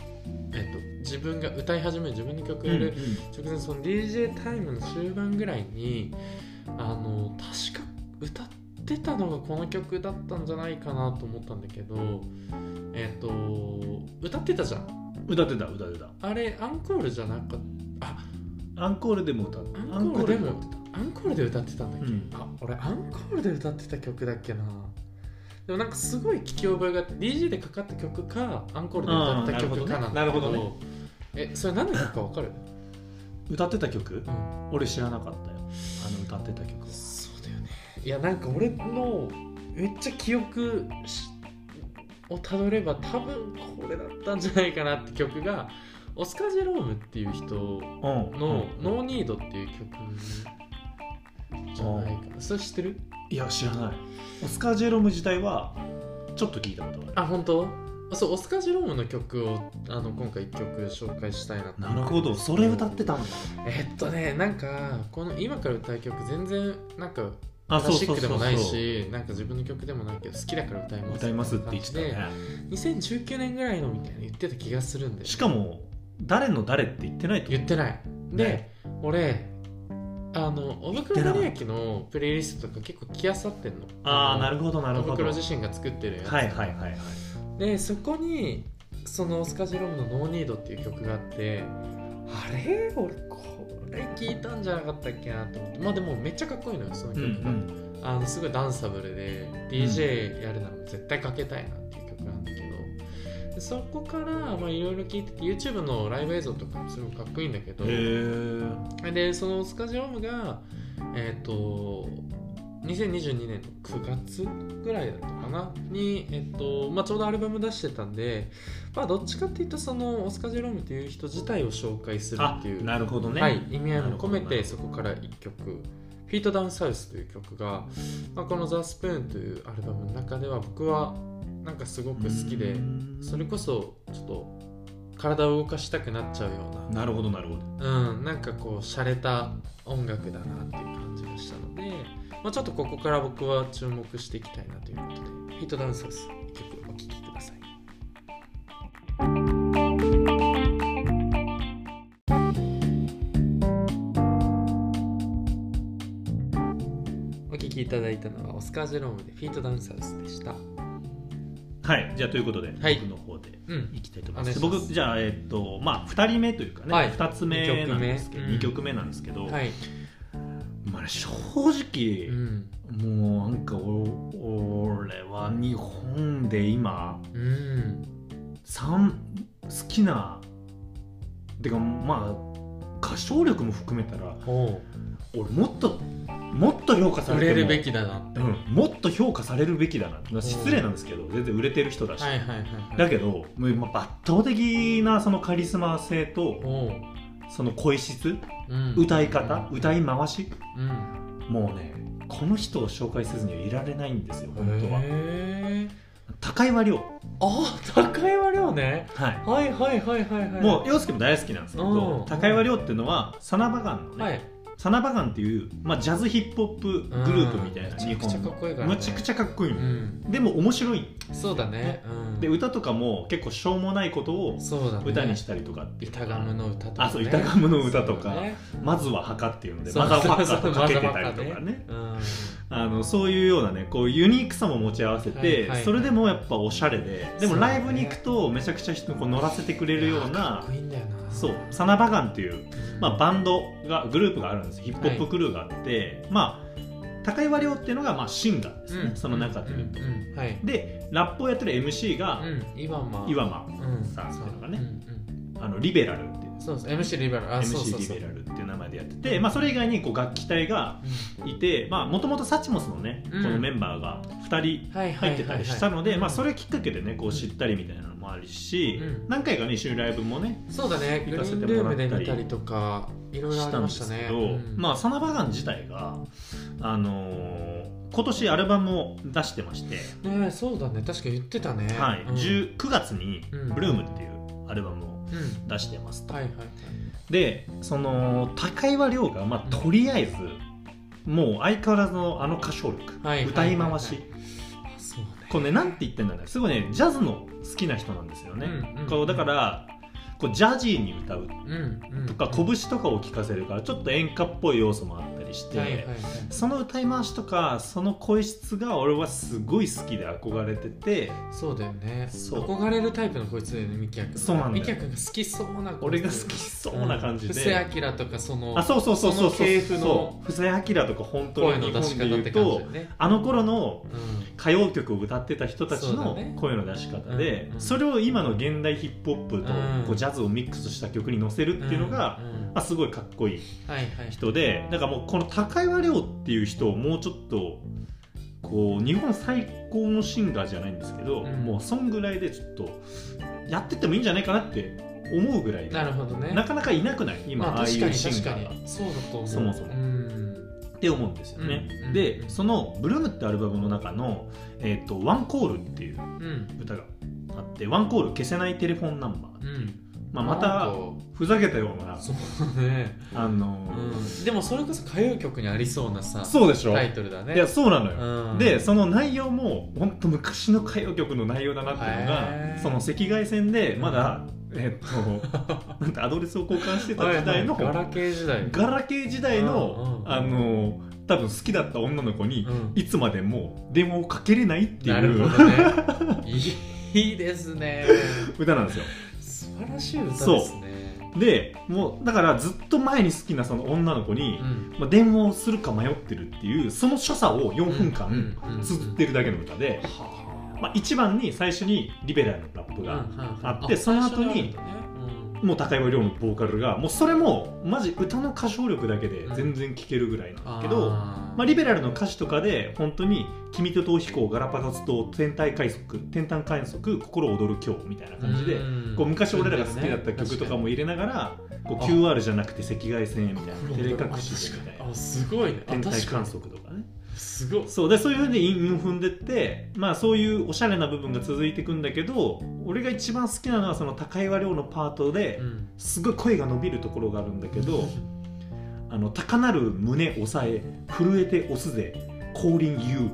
Speaker 2: えっと、自分が歌い始める自分の
Speaker 1: う
Speaker 2: 曲
Speaker 1: ん
Speaker 2: や
Speaker 1: う
Speaker 2: る
Speaker 1: ん
Speaker 2: 直前その DJ タイムの終盤ぐらいにあの確か歌ってたのがこの曲だったんじゃないかなと思ったんだけどえっ、と歌ってたじゃん
Speaker 1: 歌ってた歌ってた
Speaker 2: あれアンコールじゃなかっ
Speaker 1: アンコールでも歌って
Speaker 2: た
Speaker 1: た
Speaker 2: アンコールで
Speaker 1: ア
Speaker 2: も
Speaker 1: ンコ歌って
Speaker 2: アンコールで歌ってたんだっけ、
Speaker 1: うん
Speaker 2: あ俺アンコールで歌ってた曲だっけなでもなんかすごい聞き覚えがあって DJ でかかった曲かアンコールで歌った曲かな
Speaker 1: あー
Speaker 2: ん
Speaker 1: な
Speaker 2: だ
Speaker 1: る
Speaker 2: け
Speaker 1: ほ
Speaker 2: ど
Speaker 1: どねなる
Speaker 2: えそれ何の曲かわかる、
Speaker 1: た歌ってた曲
Speaker 2: うん
Speaker 1: 俺知らなかったよあの歌ってた曲
Speaker 2: そうだよねいやなんか俺のめっちゃ記憶しをたどれば多分これだったんじゃないかなって曲がオスカー・ジェロームっていう人の
Speaker 1: の
Speaker 2: 「ノーニードっていう曲じゃないかなそれ知ってる
Speaker 1: いや知らないオスカー・ジェロム自体はちょっと聞いたことがある
Speaker 2: あ本当あそうオスカー・ジェロームの曲をあの今回1曲紹介したいなと
Speaker 1: なるほどそれ歌ってたんだ
Speaker 2: えっとねなんかこの今から歌う曲全然なんか
Speaker 1: あ
Speaker 2: クラシックでもないしなんか自分の曲でもないけど好きだから歌います
Speaker 1: 歌いますって言ってた
Speaker 2: 感じで
Speaker 1: ね
Speaker 2: 2019年ぐらいのみたいな言ってた気がするんで
Speaker 1: しかも誰の誰って言ってないと
Speaker 2: 言ってないで、
Speaker 1: ね
Speaker 2: 俺あのおぶくろなりやきのプレイリストとか結構来あさってんの
Speaker 1: ああな
Speaker 2: る
Speaker 1: るほどなるほ
Speaker 2: おぶ
Speaker 1: ど
Speaker 2: くろ
Speaker 1: はい
Speaker 2: 自身が作ってるやつ、
Speaker 1: はいはいはい
Speaker 2: でそこにそのオスカジロームの「ノーニードっていう曲があってあれ俺これ聞いたんじゃなかったっけなと思ってまあでもめっちゃかっこいいのよその
Speaker 1: うんう
Speaker 2: 曲が、
Speaker 1: ん
Speaker 2: あのすごいダンサブルで DJ やるなら絶対かけたいなっていう曲なんだけどでそこからまあいろいろ聞いてて YouTube のライブ映像とかもすごいかっこいいんだけど
Speaker 1: へ
Speaker 2: でそのスカジロームがえっ、と2022年の9月ぐらいだったかなに、えっとまあ、ちょうどアルバム出してたんで、まあ、どっちかっていうとそのオスカ・ジェロームという人自体を紹介す
Speaker 1: え
Speaker 2: る
Speaker 1: あ
Speaker 2: っていう、
Speaker 1: なるほどね
Speaker 2: はい、意味合いも込め
Speaker 1: なるほどなる
Speaker 2: て
Speaker 1: ほ
Speaker 2: そこから1曲「フィートダウンサウスという曲が、まあ、この「ザ・スプーンというアルバムの中では僕はなんかすごく好きで
Speaker 1: うん
Speaker 2: それこそちょっと体を動かしたくなっちゃうような
Speaker 1: なるほどなるほど
Speaker 2: うん、なんかこう洒落た音楽だなっていう感じがしたので、まあ、ちょっとここから僕は注目していきたいなということで「ヒートダンサーズ」一曲お聴きください。お聴きいただいたのはオスカー・ジェロームで「フィートダンサーズ」でした。
Speaker 1: はいじゃあということで
Speaker 2: はい
Speaker 1: 僕の方で
Speaker 2: うん、
Speaker 1: いきたいと思います
Speaker 2: お願いします
Speaker 1: 僕じゃあえっとまあ2人目というかね、
Speaker 2: はい
Speaker 1: 2つ目なんですけど
Speaker 2: 二
Speaker 1: 2
Speaker 2: 曲
Speaker 1: 曲目なんですけど、
Speaker 2: はい、
Speaker 1: まあね正直、
Speaker 2: うん、
Speaker 1: もうなんかお俺は日本で今
Speaker 2: うん、
Speaker 1: 三好きなてかまあ歌唱力も含めたら
Speaker 2: お
Speaker 1: 俺もっともっと評価さ
Speaker 2: 売
Speaker 1: れて
Speaker 2: れ
Speaker 1: も
Speaker 2: るべきだな。
Speaker 1: うん、もっと評価されるべきだなまあ失礼なんですけど全然売れてる人だし、
Speaker 2: はいはいはい、はい。
Speaker 1: だけどもう今圧倒的なそのカリスマ性と
Speaker 2: おう
Speaker 1: その声質
Speaker 2: うん
Speaker 1: 歌い方、歌い回し
Speaker 2: うん、
Speaker 1: もうねこの人を紹介せずにはいられないんですよ本当は
Speaker 2: へー
Speaker 1: 高岩亮、
Speaker 2: あ高岩亮ね
Speaker 1: はい
Speaker 2: はいはいはいはいはい
Speaker 1: もう洋介も大好きなんですけ
Speaker 2: う
Speaker 1: ど
Speaker 2: ん
Speaker 1: 高岩亮っていうのはサナバガンのね、
Speaker 2: はい
Speaker 1: サナバガンっていう、まあ、ジャズヒップホップグループみたいな
Speaker 2: うんめち
Speaker 1: 日
Speaker 2: ゃくちゃ
Speaker 1: 本
Speaker 2: か
Speaker 1: の
Speaker 2: っこいいからね
Speaker 1: むちゃくちゃかっこいいの、
Speaker 2: うん
Speaker 1: でも面白い
Speaker 2: そうだねうん
Speaker 1: で歌とかも結構しょうもないことを
Speaker 2: そうだね
Speaker 1: 歌にしたりとか、
Speaker 2: 板ガムの歌とかね
Speaker 1: あそう板ガムの歌とか
Speaker 2: そうだね
Speaker 1: まずは墓っていうので
Speaker 2: そう
Speaker 1: マザーファッカー
Speaker 2: そ
Speaker 1: と
Speaker 2: うそう
Speaker 1: かけてたりとかね
Speaker 2: うん
Speaker 1: あのそういうようなねこうユニークさも持ち合わせて、
Speaker 2: はいはい
Speaker 1: それでもやっぱおしゃれででも
Speaker 2: そうだ
Speaker 1: ラ
Speaker 2: ね
Speaker 1: イブに行くとめちゃくちゃ人こう乗らせてくれるよう
Speaker 2: か
Speaker 1: な
Speaker 2: っこいいんだよな
Speaker 1: そうサナバガンっていう、まあ、バンドがグループがあるんですヒップホップクルーがあって、まあ高岩亮っていうのがまあシンガーですね、
Speaker 2: うん
Speaker 1: その中でいうと、
Speaker 2: うんうんうんはい
Speaker 1: でラップをやってる MC が、
Speaker 2: うん岩間
Speaker 1: いわま
Speaker 2: うん
Speaker 1: さんっていうのがね
Speaker 2: そううん
Speaker 1: あのリベラルっていう
Speaker 2: うんそうです MC リベラルあそう
Speaker 1: MC
Speaker 2: そう
Speaker 1: リ
Speaker 2: そう
Speaker 1: ベラルっていう名前でやってて、まあ、それ以外にこう楽器隊がいてもともとサチモスのね、
Speaker 2: うん
Speaker 1: このメンバーが2人
Speaker 2: 入
Speaker 1: 入ってたりしたので、まあ、そ
Speaker 2: れ
Speaker 1: れきっかけでねこう知ったりみたいなのもあるし、
Speaker 2: うん
Speaker 1: 何回かね一緒にライブもね
Speaker 2: そうだね
Speaker 1: 行
Speaker 2: グリ
Speaker 1: か
Speaker 2: ー
Speaker 1: せ
Speaker 2: ン
Speaker 1: て
Speaker 2: ルー
Speaker 1: もらっ
Speaker 2: ム
Speaker 1: たり
Speaker 2: で見たりとかいろいろあ
Speaker 1: し
Speaker 2: り
Speaker 1: たん
Speaker 2: ま
Speaker 1: で
Speaker 2: した
Speaker 1: す
Speaker 2: ね
Speaker 1: けど、
Speaker 2: うん
Speaker 1: まあ、サナバガン自体が、あのー今年アルバムを出してまして、
Speaker 2: ねえそうだね確か言ってたね
Speaker 1: はい
Speaker 2: うん
Speaker 1: 10 9月に「
Speaker 2: うん
Speaker 1: ブルームっていうアルバムを
Speaker 2: うん
Speaker 1: 出してますと、
Speaker 2: はいはい
Speaker 1: でその高岩亮が、まあ、とりあえずもう相変わらずのあの歌唱力、
Speaker 2: はい
Speaker 1: 歌い
Speaker 2: は
Speaker 1: 回
Speaker 2: い
Speaker 1: し、
Speaker 2: はいそうね
Speaker 1: こうねなんて言ってんだろうねすごいねジャズの好きな人なんですよね、
Speaker 2: うんうん
Speaker 1: こうだからこうジャジーに歌う
Speaker 2: うんうん
Speaker 1: とか拳とかを聴かせるからちょっと演歌っぽい要素もあったりして、
Speaker 2: はいはいはい
Speaker 1: その歌い回しとかその声質が俺はすごい好きで憧れてて
Speaker 2: そうだよね
Speaker 1: そう
Speaker 2: 憧れるタイプのこいつだよねミキヤ君
Speaker 1: そうなんだよ
Speaker 2: ミキヤ君が好きそうな
Speaker 1: 俺が好きそうな感じ
Speaker 2: 布施
Speaker 1: で、
Speaker 2: 明とかその
Speaker 1: あそうそうそうそう
Speaker 2: その系譜の
Speaker 1: そう布施明とか本当
Speaker 2: 声
Speaker 1: に日
Speaker 2: の出
Speaker 1: 本
Speaker 2: し
Speaker 1: で
Speaker 2: 方
Speaker 1: 言
Speaker 2: っ
Speaker 1: う
Speaker 2: て感じだ
Speaker 1: と
Speaker 2: よね
Speaker 1: あの頃の
Speaker 2: うん
Speaker 1: 歌謡曲を歌ってた人たち
Speaker 2: そう
Speaker 1: の
Speaker 2: だね
Speaker 1: 声の出し方で、
Speaker 2: うんうん
Speaker 1: それを今の現代ヒップホップと
Speaker 2: うん
Speaker 1: こうジャズをミックスした曲に乗せるっていうのが、
Speaker 2: ん
Speaker 1: ま
Speaker 2: ん
Speaker 1: あ、すごいかっこいい
Speaker 2: はいはい
Speaker 1: 人でだからもうこの高岩亮っていう人をもうちょっとこう日本最高のシンガーじゃないんですけど、
Speaker 2: うん
Speaker 1: もうそんぐらいでちょっとやってってもいいんじゃないかなって思うぐらい
Speaker 2: なるほどね
Speaker 1: なかなかいなくない今、
Speaker 2: まあ
Speaker 1: あ、あい
Speaker 2: 確か
Speaker 1: う
Speaker 2: に
Speaker 1: シン
Speaker 2: 確
Speaker 1: ガ
Speaker 2: か
Speaker 1: ーが。
Speaker 2: にそうだと思う
Speaker 1: そもそも
Speaker 2: うん
Speaker 1: って思うんですよね、
Speaker 2: うんうん
Speaker 1: でその「ブルームってアルバムの中の「えー、とワンコールっていう
Speaker 2: うん
Speaker 1: 歌があって「ワンコール消せないテレフォンナンバー」
Speaker 2: うん
Speaker 1: まあ、ま
Speaker 2: なん
Speaker 1: た
Speaker 2: か
Speaker 1: ふざけたような
Speaker 2: そうね
Speaker 1: あのー
Speaker 2: うんでもそれこそ歌謡曲にありそうなさ
Speaker 1: そうでしょ、
Speaker 2: タイトルだね
Speaker 1: いやそうなのよ、
Speaker 2: うん
Speaker 1: でその内容も本当昔の歌謡曲の内容だなっていうの
Speaker 2: へー
Speaker 1: がその赤外線でまだ、えっと なんてアドレスを交換してた時代の
Speaker 2: はいはいガラケー時代
Speaker 1: ガラケー時代
Speaker 2: うんう
Speaker 1: の、
Speaker 2: ん
Speaker 1: あの多分好きだった女の子に、
Speaker 2: うん
Speaker 1: いつまでも電話をかけれないって
Speaker 2: ないる
Speaker 1: う
Speaker 2: ほどねいいですね
Speaker 1: 歌なんですよ
Speaker 2: 素晴らしい歌ですね
Speaker 1: でもうだからずっと前に好きなその女の子に、
Speaker 2: ん
Speaker 1: まあ、電話をするか迷ってるっていうその所作を4分間
Speaker 2: うんうん
Speaker 1: 綴ってるだけの歌で、まあ、1番に最初にリベラルのラップがあってその後にもう高岩亮のボーカルがもうそれもマジ歌の歌唱力だけで全然聴けるぐらいなんだけど、まあ、リベラルの歌詞とかで本当に「君と逃避行ガラパゴス島天体快速天体快速心躍る今日」みたいな感じで、こう昔俺らが好きだった曲とかも入れながら、こう
Speaker 2: あ
Speaker 1: QR じゃなくて赤外線みたいな照れ隠しみたいな
Speaker 2: あすごいね
Speaker 1: 天体観
Speaker 2: 想
Speaker 1: 測とかね
Speaker 2: すごい
Speaker 1: そうでそういうふうに韻を踏んでって、まあ、そういうおしゃれな部分が続いていくんだけど俺が一番好きなのはその高岩亮のパートで、すごい声が伸びるところがあるんだけど。あの高鳴る胸押さえ震えて押すぜ降臨 You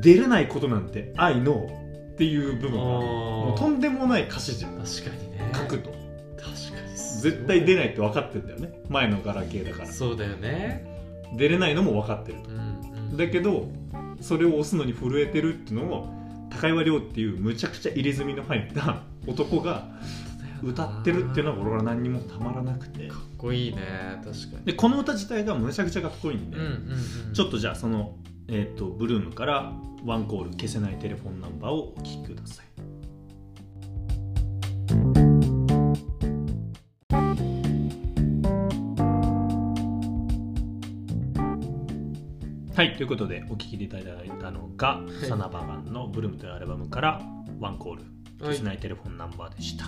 Speaker 1: 出れないことなんて I know っていう部分がもうと
Speaker 2: 確
Speaker 1: んでもない歌詞じゃん
Speaker 2: かにね
Speaker 1: 書くと
Speaker 2: 確かに
Speaker 1: 絶対出ないって分かってんだよね前のガラケーだから
Speaker 2: そうだよね
Speaker 1: 出れないのも分かってるとだけどそれを押すのに震えてるっていうのを高岩亮っていうむちゃくちゃ入れ墨の入った男が歌ってるっていうのが俺は何にもたまらなくて
Speaker 2: かっこいいね確かに
Speaker 1: でこの歌自体がむちゃくちゃかっこいいんで、ちょっとじゃあその、えー、とブルームからワンコール消せないテレフォンナンバーをお聞きください。はいということでお聞きいただいたのが、
Speaker 2: い
Speaker 1: サナバガンの「ブルーム」というアルバムから「ワンコール
Speaker 2: は
Speaker 1: 消
Speaker 2: い
Speaker 1: せないテレフォンナンバー」でした。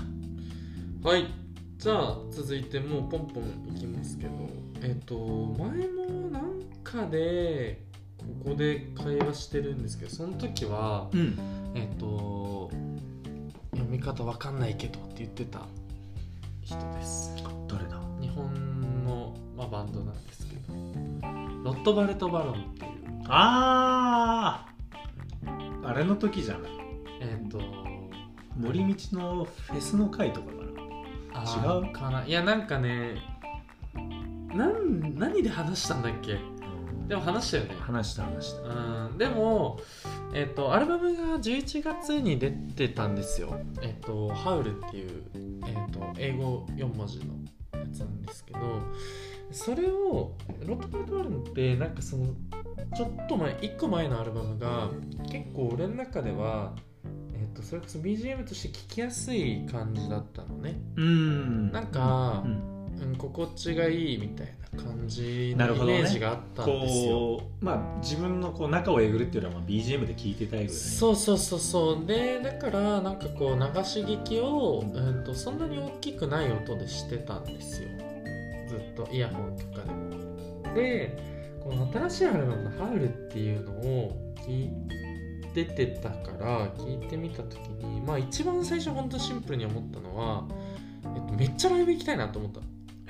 Speaker 2: はいじゃあ続いてもうポンポンいきますけどえっ、と前もなんかでここで会話してるんですけどその時は
Speaker 1: うん
Speaker 2: えっと読み方わかんないけどって言ってた人です
Speaker 1: 誰だ
Speaker 2: 日本の、まあ、バンドなんですけどロットバルト・バロンっていう
Speaker 1: あああれの時じゃない
Speaker 2: えっと
Speaker 1: 森道のフェスの会とかかな
Speaker 2: あー
Speaker 1: 違う
Speaker 2: かないやなんかねなん何で話したんだっけでも話したよね
Speaker 1: 話した話した
Speaker 2: うんでも、えっとアルバムが11月に出てたんですよ「えっとハウル」っていう、えっと英語4文字のやつなんですけどそれをロット・パート・ワルンってなんかそのちょっと前1個前のアルバムが結構俺の中では、えっとそれこそ BGM として聴きやすい感じだったのね
Speaker 1: うん
Speaker 2: なんか
Speaker 1: う、ん
Speaker 2: うん、心地がいいみたいな感じ
Speaker 1: な
Speaker 2: の
Speaker 1: る
Speaker 2: イ
Speaker 1: ほどね
Speaker 2: メージがあったんですよ、
Speaker 1: こうまあ自分のこう中をえぐるっていうのはまあ BGM で聞いてたいぐらい
Speaker 2: そうそうそうそうでだからなんかこう流し聞きを、うん、とそんなに大きくない音でしてたんですよずっとイヤホンとかでもでこの新しいアルバムの「ハウル」っていうのを聞いててたから聞いてみた時にまあ一番最初本当シンプルに思ったのは、えっと、めっちゃライブ行きたいなと思った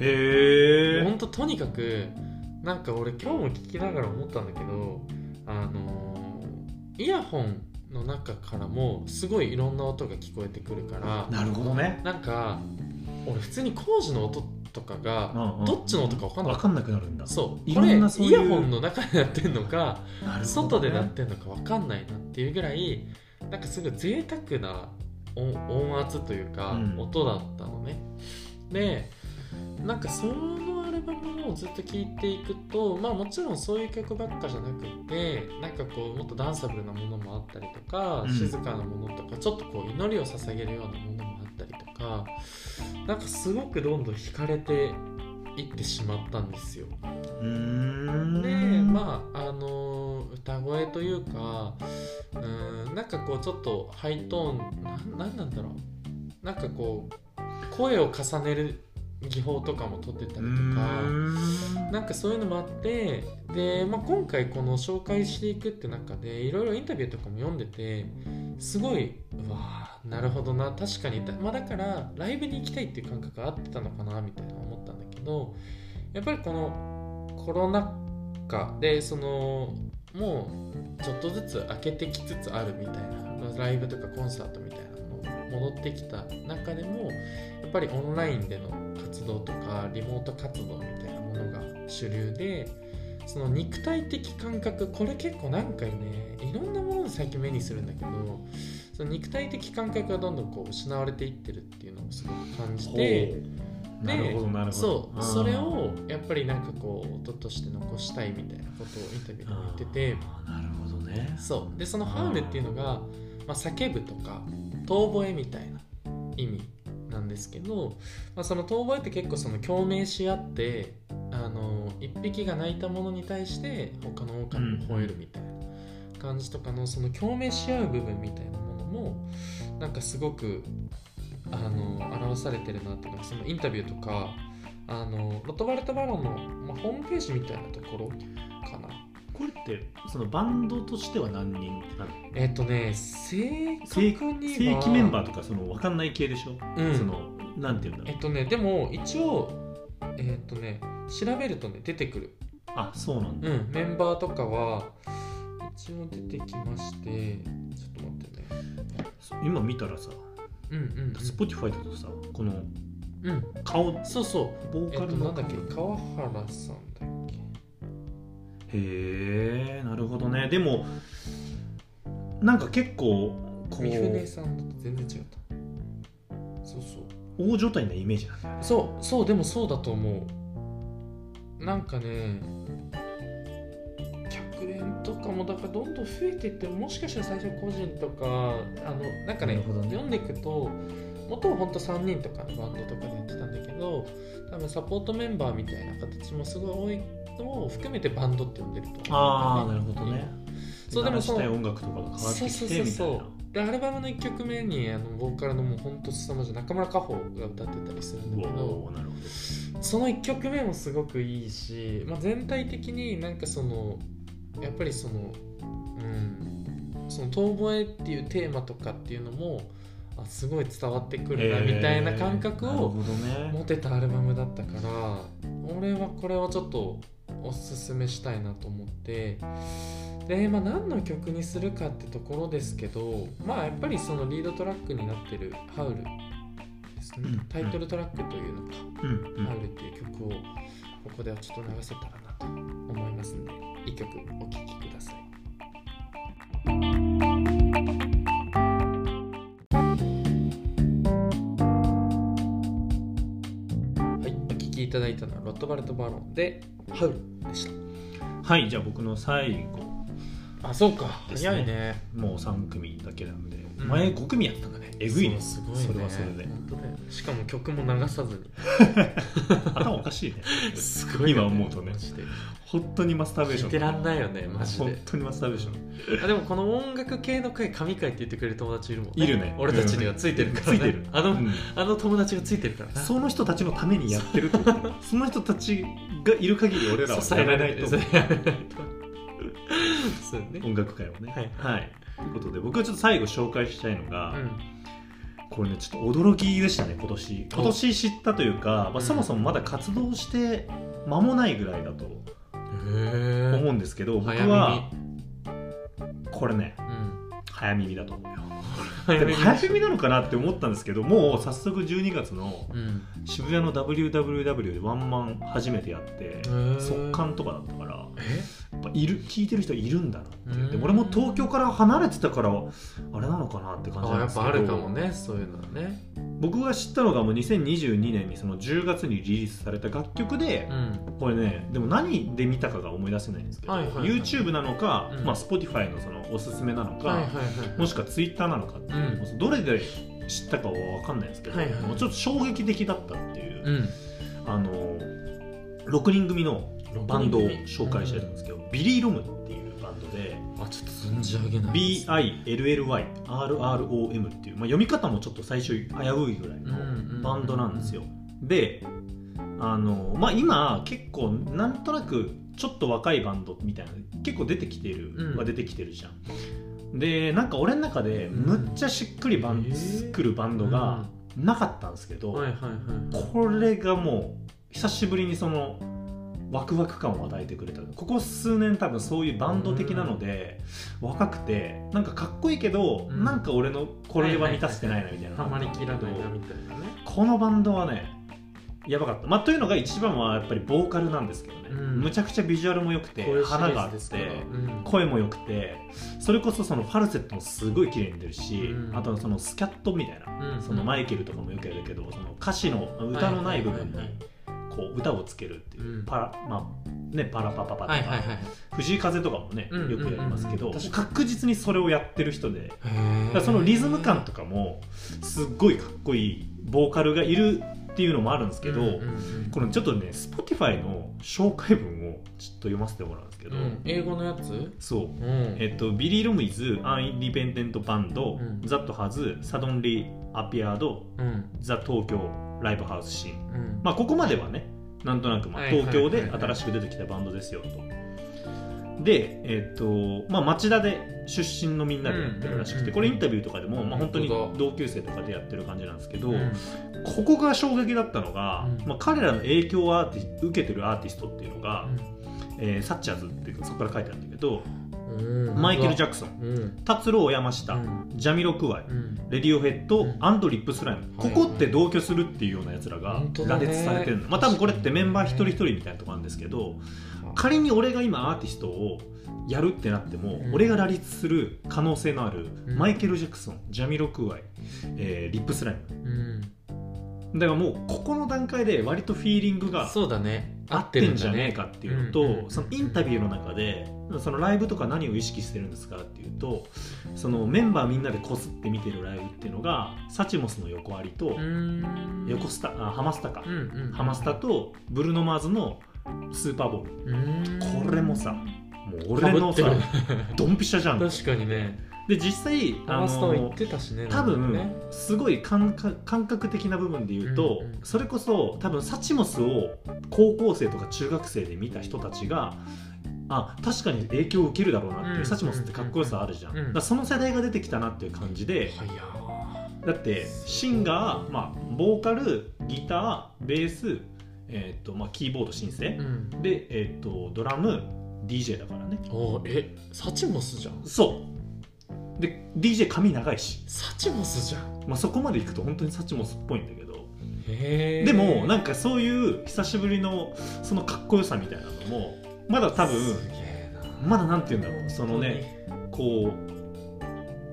Speaker 1: へえ
Speaker 2: ほんととにかくなんか俺今日も聞きながら思ったんだけどあのーイヤホンの中からもすごいいろんな音が聞こえてくるから
Speaker 1: なるほどね
Speaker 2: なんか俺普通に工事の音とかがど
Speaker 1: ど
Speaker 2: っちの音か分かん
Speaker 1: 分
Speaker 2: なかっ
Speaker 1: かんなくなるんだ
Speaker 2: たそう
Speaker 1: い
Speaker 2: こ
Speaker 1: ろん
Speaker 2: れイ
Speaker 1: な
Speaker 2: ヤ
Speaker 1: そういう
Speaker 2: ホンの中でやってんのか
Speaker 1: なるほどね
Speaker 2: 外でなってんのか分かんないなっていうぐらいなんかすごい贅沢な音音圧というか、
Speaker 1: うん
Speaker 2: 音だったのねでなんかそのアルバムをずっと聴いていくとまあもちろんそういう曲ばっかじゃなくてなんかこうもっとダンサブルなものもあったりとか、
Speaker 1: うん
Speaker 2: 静かなものとかちょっとこう祈りを捧げるようなものもあったりとかなんかすごくどんどん惹かれていってしまったんですよ。
Speaker 1: うーん
Speaker 2: でまああのー歌声というかうーんなんかこうちょっとハイトーンなんなんなんだろうなんかこう声を重ねる技法とかも取ってたりと
Speaker 1: うー
Speaker 2: か。
Speaker 1: ん
Speaker 2: なんかそういうのもあってで、まあ、今回この紹介していくって中でいろいろインタビューとかも読んでてすごいうわーなるほどな確かにだ,、まあ、だからライブに行きたいっていう感覚があってたのかなみたいな思ったんだけどやっぱりこのコロナ禍でそのもうちょっとずつ開けてきつつあるみたいなライブとかコンサートみたいなのも戻ってきた中でもやっぱりオンラインでの活動とかリモート活動みたいなものが主流でその肉体的感覚これ結構何回ねいろんなもので最近目にするんだけどその肉体的感覚がどんどんこう失われていってるっていうのをすごく感じて。
Speaker 1: ほうなるほどなるほど
Speaker 2: そう
Speaker 1: あー
Speaker 2: それをやっぱりなんかこう音として残したいみたいなことをインタビューでも言ってて
Speaker 1: あーなるほどね
Speaker 2: そうでその「ハウル」っていうのが、まあ、叫ぶとか遠吠えみたいな意味なんですけど、まあ、その遠吠えって結構その共鳴し合ってあの一匹が鳴いたものに対して他の狼も吠えるみたいな感じとかのその共鳴し合う部分みたいなものもなんかすごくあの表されてるなっていうのがそのインタビューとかあのロトバルト・バロンの、まあ、ホームページみたいなところかな
Speaker 1: これってそのバンドとしては何人なの
Speaker 2: えっ、とね正
Speaker 1: 正
Speaker 2: 確には
Speaker 1: 正規メンバーとかその分かんない系でしょ、
Speaker 2: うん
Speaker 1: そのなんていうんだ
Speaker 2: え
Speaker 1: ろう
Speaker 2: っとねでも一応えっとね調べるとね出てくる
Speaker 1: あそうなんだ、
Speaker 2: うんメンバーとかは一応出てきましてちょっと待ってね
Speaker 1: そ今見たらさ
Speaker 2: うんうんうん
Speaker 1: Spotify だとさこの
Speaker 2: うん
Speaker 1: 顔ボ
Speaker 2: そうそう
Speaker 1: ー
Speaker 2: えっ
Speaker 1: カ
Speaker 2: と
Speaker 1: ル
Speaker 2: な
Speaker 1: の
Speaker 2: んだっけ川原さんだっけ
Speaker 1: へえなるほどねでもなんか結構こ
Speaker 2: 三船
Speaker 1: う
Speaker 2: さんだと全然違ったそうそう
Speaker 1: 大所帯なイメージなんだ
Speaker 2: そうそうでもそうだと思うなんかね客演とかもだからどんどん増えていってもしかしたら最初個人とかあのなんかね
Speaker 1: なるほどね
Speaker 2: 読んでいくと元はほんと3人とかのバンドとかでやってたんだけど多分サポートメンバーみたいな形もすごい多いのも含めてバンドって呼んでると思う
Speaker 1: ああなるほどね
Speaker 2: そうでも
Speaker 1: し
Speaker 2: その
Speaker 1: たい音楽とかが変わってきてみたいな
Speaker 2: でアルバムの1曲目にあのボーカルのもうほんと凄まじい中村佳穂が歌ってたりするんだけど
Speaker 1: おおなるほど
Speaker 2: その1曲目もすごくいいし、まあ、全体的になんかそのやっぱりそのうんその遠吠えっていうテーマとかっていうのもあすごい伝わってくるなみたいな感覚
Speaker 1: なる
Speaker 2: を
Speaker 1: ほどね
Speaker 2: 持てたアルバムだったから、俺はこれをちょっとおすすめしたいなと思ってで、まあ、何の曲にするかってところですけどまあやっぱりそのリードトラックになってる「ハウル」ですね、
Speaker 1: うん
Speaker 2: タイトルトラックというのか
Speaker 1: うん
Speaker 2: 「
Speaker 1: うん
Speaker 2: ハウル」っていう曲をここではちょっと流せたらなと思いますので1曲お聴きください。はい、お聴きいただいたのはロットバルト・バロンで「ハウル」でした。
Speaker 1: はいじゃあ僕の最後
Speaker 2: あそうか
Speaker 1: ですね
Speaker 2: 早いね
Speaker 1: もう3組だけなんで、
Speaker 2: うん
Speaker 1: 前5組やったんだねえぐいね
Speaker 2: そうす
Speaker 1: そ
Speaker 2: ごいね
Speaker 1: れはそれで
Speaker 2: 本当だよねしかも曲も流さずに
Speaker 1: 頭おかしいね
Speaker 2: す
Speaker 1: ごいよね今思うとね
Speaker 2: マジで
Speaker 1: 本当にマスターベーショ
Speaker 2: 聞
Speaker 1: ン
Speaker 2: いてらんないよねマジ
Speaker 1: 本
Speaker 2: で
Speaker 1: 当にマスターベーション
Speaker 2: あでもこの音楽系の会神会って言ってくれる友達いるもんね
Speaker 1: いるね
Speaker 2: 俺たちにはついてるからね、
Speaker 1: ついてる
Speaker 2: あの、
Speaker 1: うん
Speaker 2: あの友達がついてるからな
Speaker 1: その人たちのためにやってると思ってる その人たちがいる限り俺らはやらないと
Speaker 2: 支
Speaker 1: 思
Speaker 2: え
Speaker 1: う
Speaker 2: られないとそうね
Speaker 1: 音楽界はね
Speaker 2: はい
Speaker 1: ということで僕はちょっと最後紹介したいのが、
Speaker 2: うん
Speaker 1: これねちょっと驚きでしたね今年今年知ったというか、まあ、そもそもまだ活動して間もないぐらいだと
Speaker 2: へ
Speaker 1: 思うんですけど、僕
Speaker 2: 早
Speaker 1: は
Speaker 2: 耳
Speaker 1: これね
Speaker 2: うん
Speaker 1: 早耳だと思うよ
Speaker 2: 早
Speaker 1: でも
Speaker 2: 耳
Speaker 1: 早耳なのかなって思ったんですけどもう早速12月の
Speaker 2: うん
Speaker 1: 渋谷の WWW でワンマン初めてやって
Speaker 2: へー
Speaker 1: 速乾とかだったからや
Speaker 2: え
Speaker 1: っぱいる聞いてる人いるんだなって
Speaker 2: う
Speaker 1: で
Speaker 2: ん
Speaker 1: 俺も東京から離れてたからあれなのかなって感じ
Speaker 2: あ
Speaker 1: なんで
Speaker 2: やっ
Speaker 1: すけ
Speaker 2: ぱ
Speaker 1: ど
Speaker 2: あるかもねそういうのはね
Speaker 1: 僕が知ったのがもう2022年にその10月にリリースされた楽曲で
Speaker 2: う、ん
Speaker 1: これねでも何で見たかが思い出せないんですけど、
Speaker 2: はいはいはい
Speaker 1: YouTube なのか、
Speaker 2: うん
Speaker 1: まあ、Spotify のそのおすすめなのか、
Speaker 2: はいはいはい
Speaker 1: もしくは Twitter なのかっていう、どれで知ったかは分かんないんですけど、
Speaker 2: はいはい
Speaker 1: もうちょっと衝撃的だったっていう、
Speaker 2: うん
Speaker 1: あの6人組のバンドを紹介したいと思うんですけど、ビリー・ロムっていうバンドで
Speaker 2: あちょっと存じ上げないです
Speaker 1: BILLYRROM っていう、まあ、読み方もちょっと最初危ういぐらい
Speaker 2: うんうんうんう
Speaker 1: の
Speaker 2: ん
Speaker 1: バンドなんですよ。であの、まあ、今結構なんとなくちょっと若いバンドみたいな結構出てきてる、
Speaker 2: うん
Speaker 1: は出てきてるじゃん。でなんか俺の中でむっちゃしっくりバン、
Speaker 2: うん
Speaker 1: くるバンドがなかったんですけど、
Speaker 2: うんはいはいはい
Speaker 1: これがもう久しぶりにそのワクワク感を与えてくれたここ数年多分そういうバンド的なので、若くてなんかかっこいいけど、
Speaker 2: うん
Speaker 1: なんか俺のこれは満たせてないなみたいな、
Speaker 2: はまりきらないなみたいなね
Speaker 1: このバンドはねやばかった、まあ、というのが一番はやっぱりボーカルなんですけどね、
Speaker 2: うん
Speaker 1: むちゃくちゃビジュアルも良くて
Speaker 2: こういうシリ
Speaker 1: 花があ
Speaker 2: ーズ
Speaker 1: っ
Speaker 2: ですから
Speaker 1: て
Speaker 2: うん
Speaker 1: 声も良くてそれこそそのファルセットもすごい綺麗に出るし、
Speaker 2: うん
Speaker 1: あとはそのスキャットみたいな
Speaker 2: うん
Speaker 1: そのマイケルとかもよくやるけどその歌詞の歌のない部分に
Speaker 2: はいはい
Speaker 1: こう歌をつけるっていううんパラ,、まあね、パラパパパとか、
Speaker 2: はいはいはい
Speaker 1: 藤井風とかもね
Speaker 2: うんうんうん
Speaker 1: よくやりますけど、
Speaker 2: 確かに
Speaker 1: 確実にそれをやってる人でだか
Speaker 2: へー
Speaker 1: らそのリズム感とかもすっごいかっこいいボーカルがいるっていうのもあるんですけど、
Speaker 2: うんうんうん
Speaker 1: このちょっとね Spotify の紹介文をちょっと読ませてもらうんですけど、
Speaker 2: うん英語のやつ
Speaker 1: そう
Speaker 2: うん
Speaker 1: えっと、ビリー・ロムイズ・アン・インディペンデント・バンド、
Speaker 2: うん
Speaker 1: ザ・ット・ハズ・サドン・リー・アピアード・
Speaker 2: うん
Speaker 1: ザ・東京ライブハウスシーン、
Speaker 2: うん
Speaker 1: まあ、ここまではねなんとなくまあ
Speaker 2: はい
Speaker 1: 東京で
Speaker 2: はいはい
Speaker 1: 新しく出てきたバンドですよと。で、えっとまあ、町田で出身のみんなでやってるらしく
Speaker 2: うんうんうんう
Speaker 1: て
Speaker 2: ん
Speaker 1: これインタビューとかでも、まあ、本当に
Speaker 2: 本当だ
Speaker 1: 同級生とかでやってる感じなんですけど、
Speaker 2: うん
Speaker 1: ここが衝撃だったのが、
Speaker 2: うん
Speaker 1: まあ、彼らの影響をアーティ受けてるアーティストっていうのが、えーサッチャーズっていうそこから書いてあるんだけど、
Speaker 2: うん
Speaker 1: マイケル・ジ
Speaker 2: ャ
Speaker 1: ャクソン
Speaker 2: うん
Speaker 1: 達郎山下、
Speaker 2: うん
Speaker 1: ジャミロクワイ
Speaker 2: うん
Speaker 1: レディオヘッド、
Speaker 2: うん
Speaker 1: アンドリップスライム、
Speaker 2: はい
Speaker 1: ここって同居するっていうようなやつらが
Speaker 2: 本当だ
Speaker 1: 羅
Speaker 2: ね
Speaker 1: 列されてるの、まあ多分これってメンバー一人一人みたいなとこなんですけど仮に俺が今アーティストをやるってなっても、
Speaker 2: うん
Speaker 1: 俺が羅列する可能性のある、
Speaker 2: うん
Speaker 1: マイケル・ジャクソンジャミロクワイ、えーリップスライム
Speaker 2: うん
Speaker 1: だからもうここの段階で割とフィーリングが
Speaker 2: そうだね
Speaker 1: 合ってるんじゃねえか
Speaker 2: 合
Speaker 1: っていうのと、
Speaker 2: うんうんうん
Speaker 1: そのインタビューの中でそのライブとか何を意識してるんですかっていうとそのメンバーみんなでこすって見てるライブっていうのがサチモスの横アリと
Speaker 2: うん
Speaker 1: 横スタ、あハマスタか、
Speaker 2: うんうん
Speaker 1: ハマスタとブルーノ・マーズのスーパーボール
Speaker 2: うん
Speaker 1: これもさもう俺のさ
Speaker 2: 被ってる
Speaker 1: ドンピシャじゃん
Speaker 2: 確かにね
Speaker 1: で実際
Speaker 2: ハマスタは言ってたしね
Speaker 1: 多
Speaker 2: なん
Speaker 1: 分、
Speaker 2: かね
Speaker 1: すごい感覚感覚的な部分で言うと、
Speaker 2: うんうん
Speaker 1: それこそ多分サチモスを高校生とか中学生で見た人たちがあ確かに影響を受けるだろうなっていう、
Speaker 2: うん
Speaker 1: サチモスってかっこよさあるじゃん、
Speaker 2: うん
Speaker 1: だからその世代が出てきたなっていう感じで、
Speaker 2: 早い
Speaker 1: だってシンガー、まあ、ボーカルギターベース、えーとまあ、キーボードシンセ、
Speaker 2: うん
Speaker 1: で、えー、とドラム DJ だからね
Speaker 2: おーえサチモスじゃん
Speaker 1: そうで DJ 髪長いし、
Speaker 2: サチモスじゃん
Speaker 1: まあ、そこまでいくと本当にサチモスっぽいんだけど
Speaker 2: へえ
Speaker 1: でも
Speaker 2: ん
Speaker 1: なんかそういう久しぶりのそのかっこよさみたいなのもまだ多分
Speaker 2: すげえな
Speaker 1: まだなんて言うんだろうそのねこ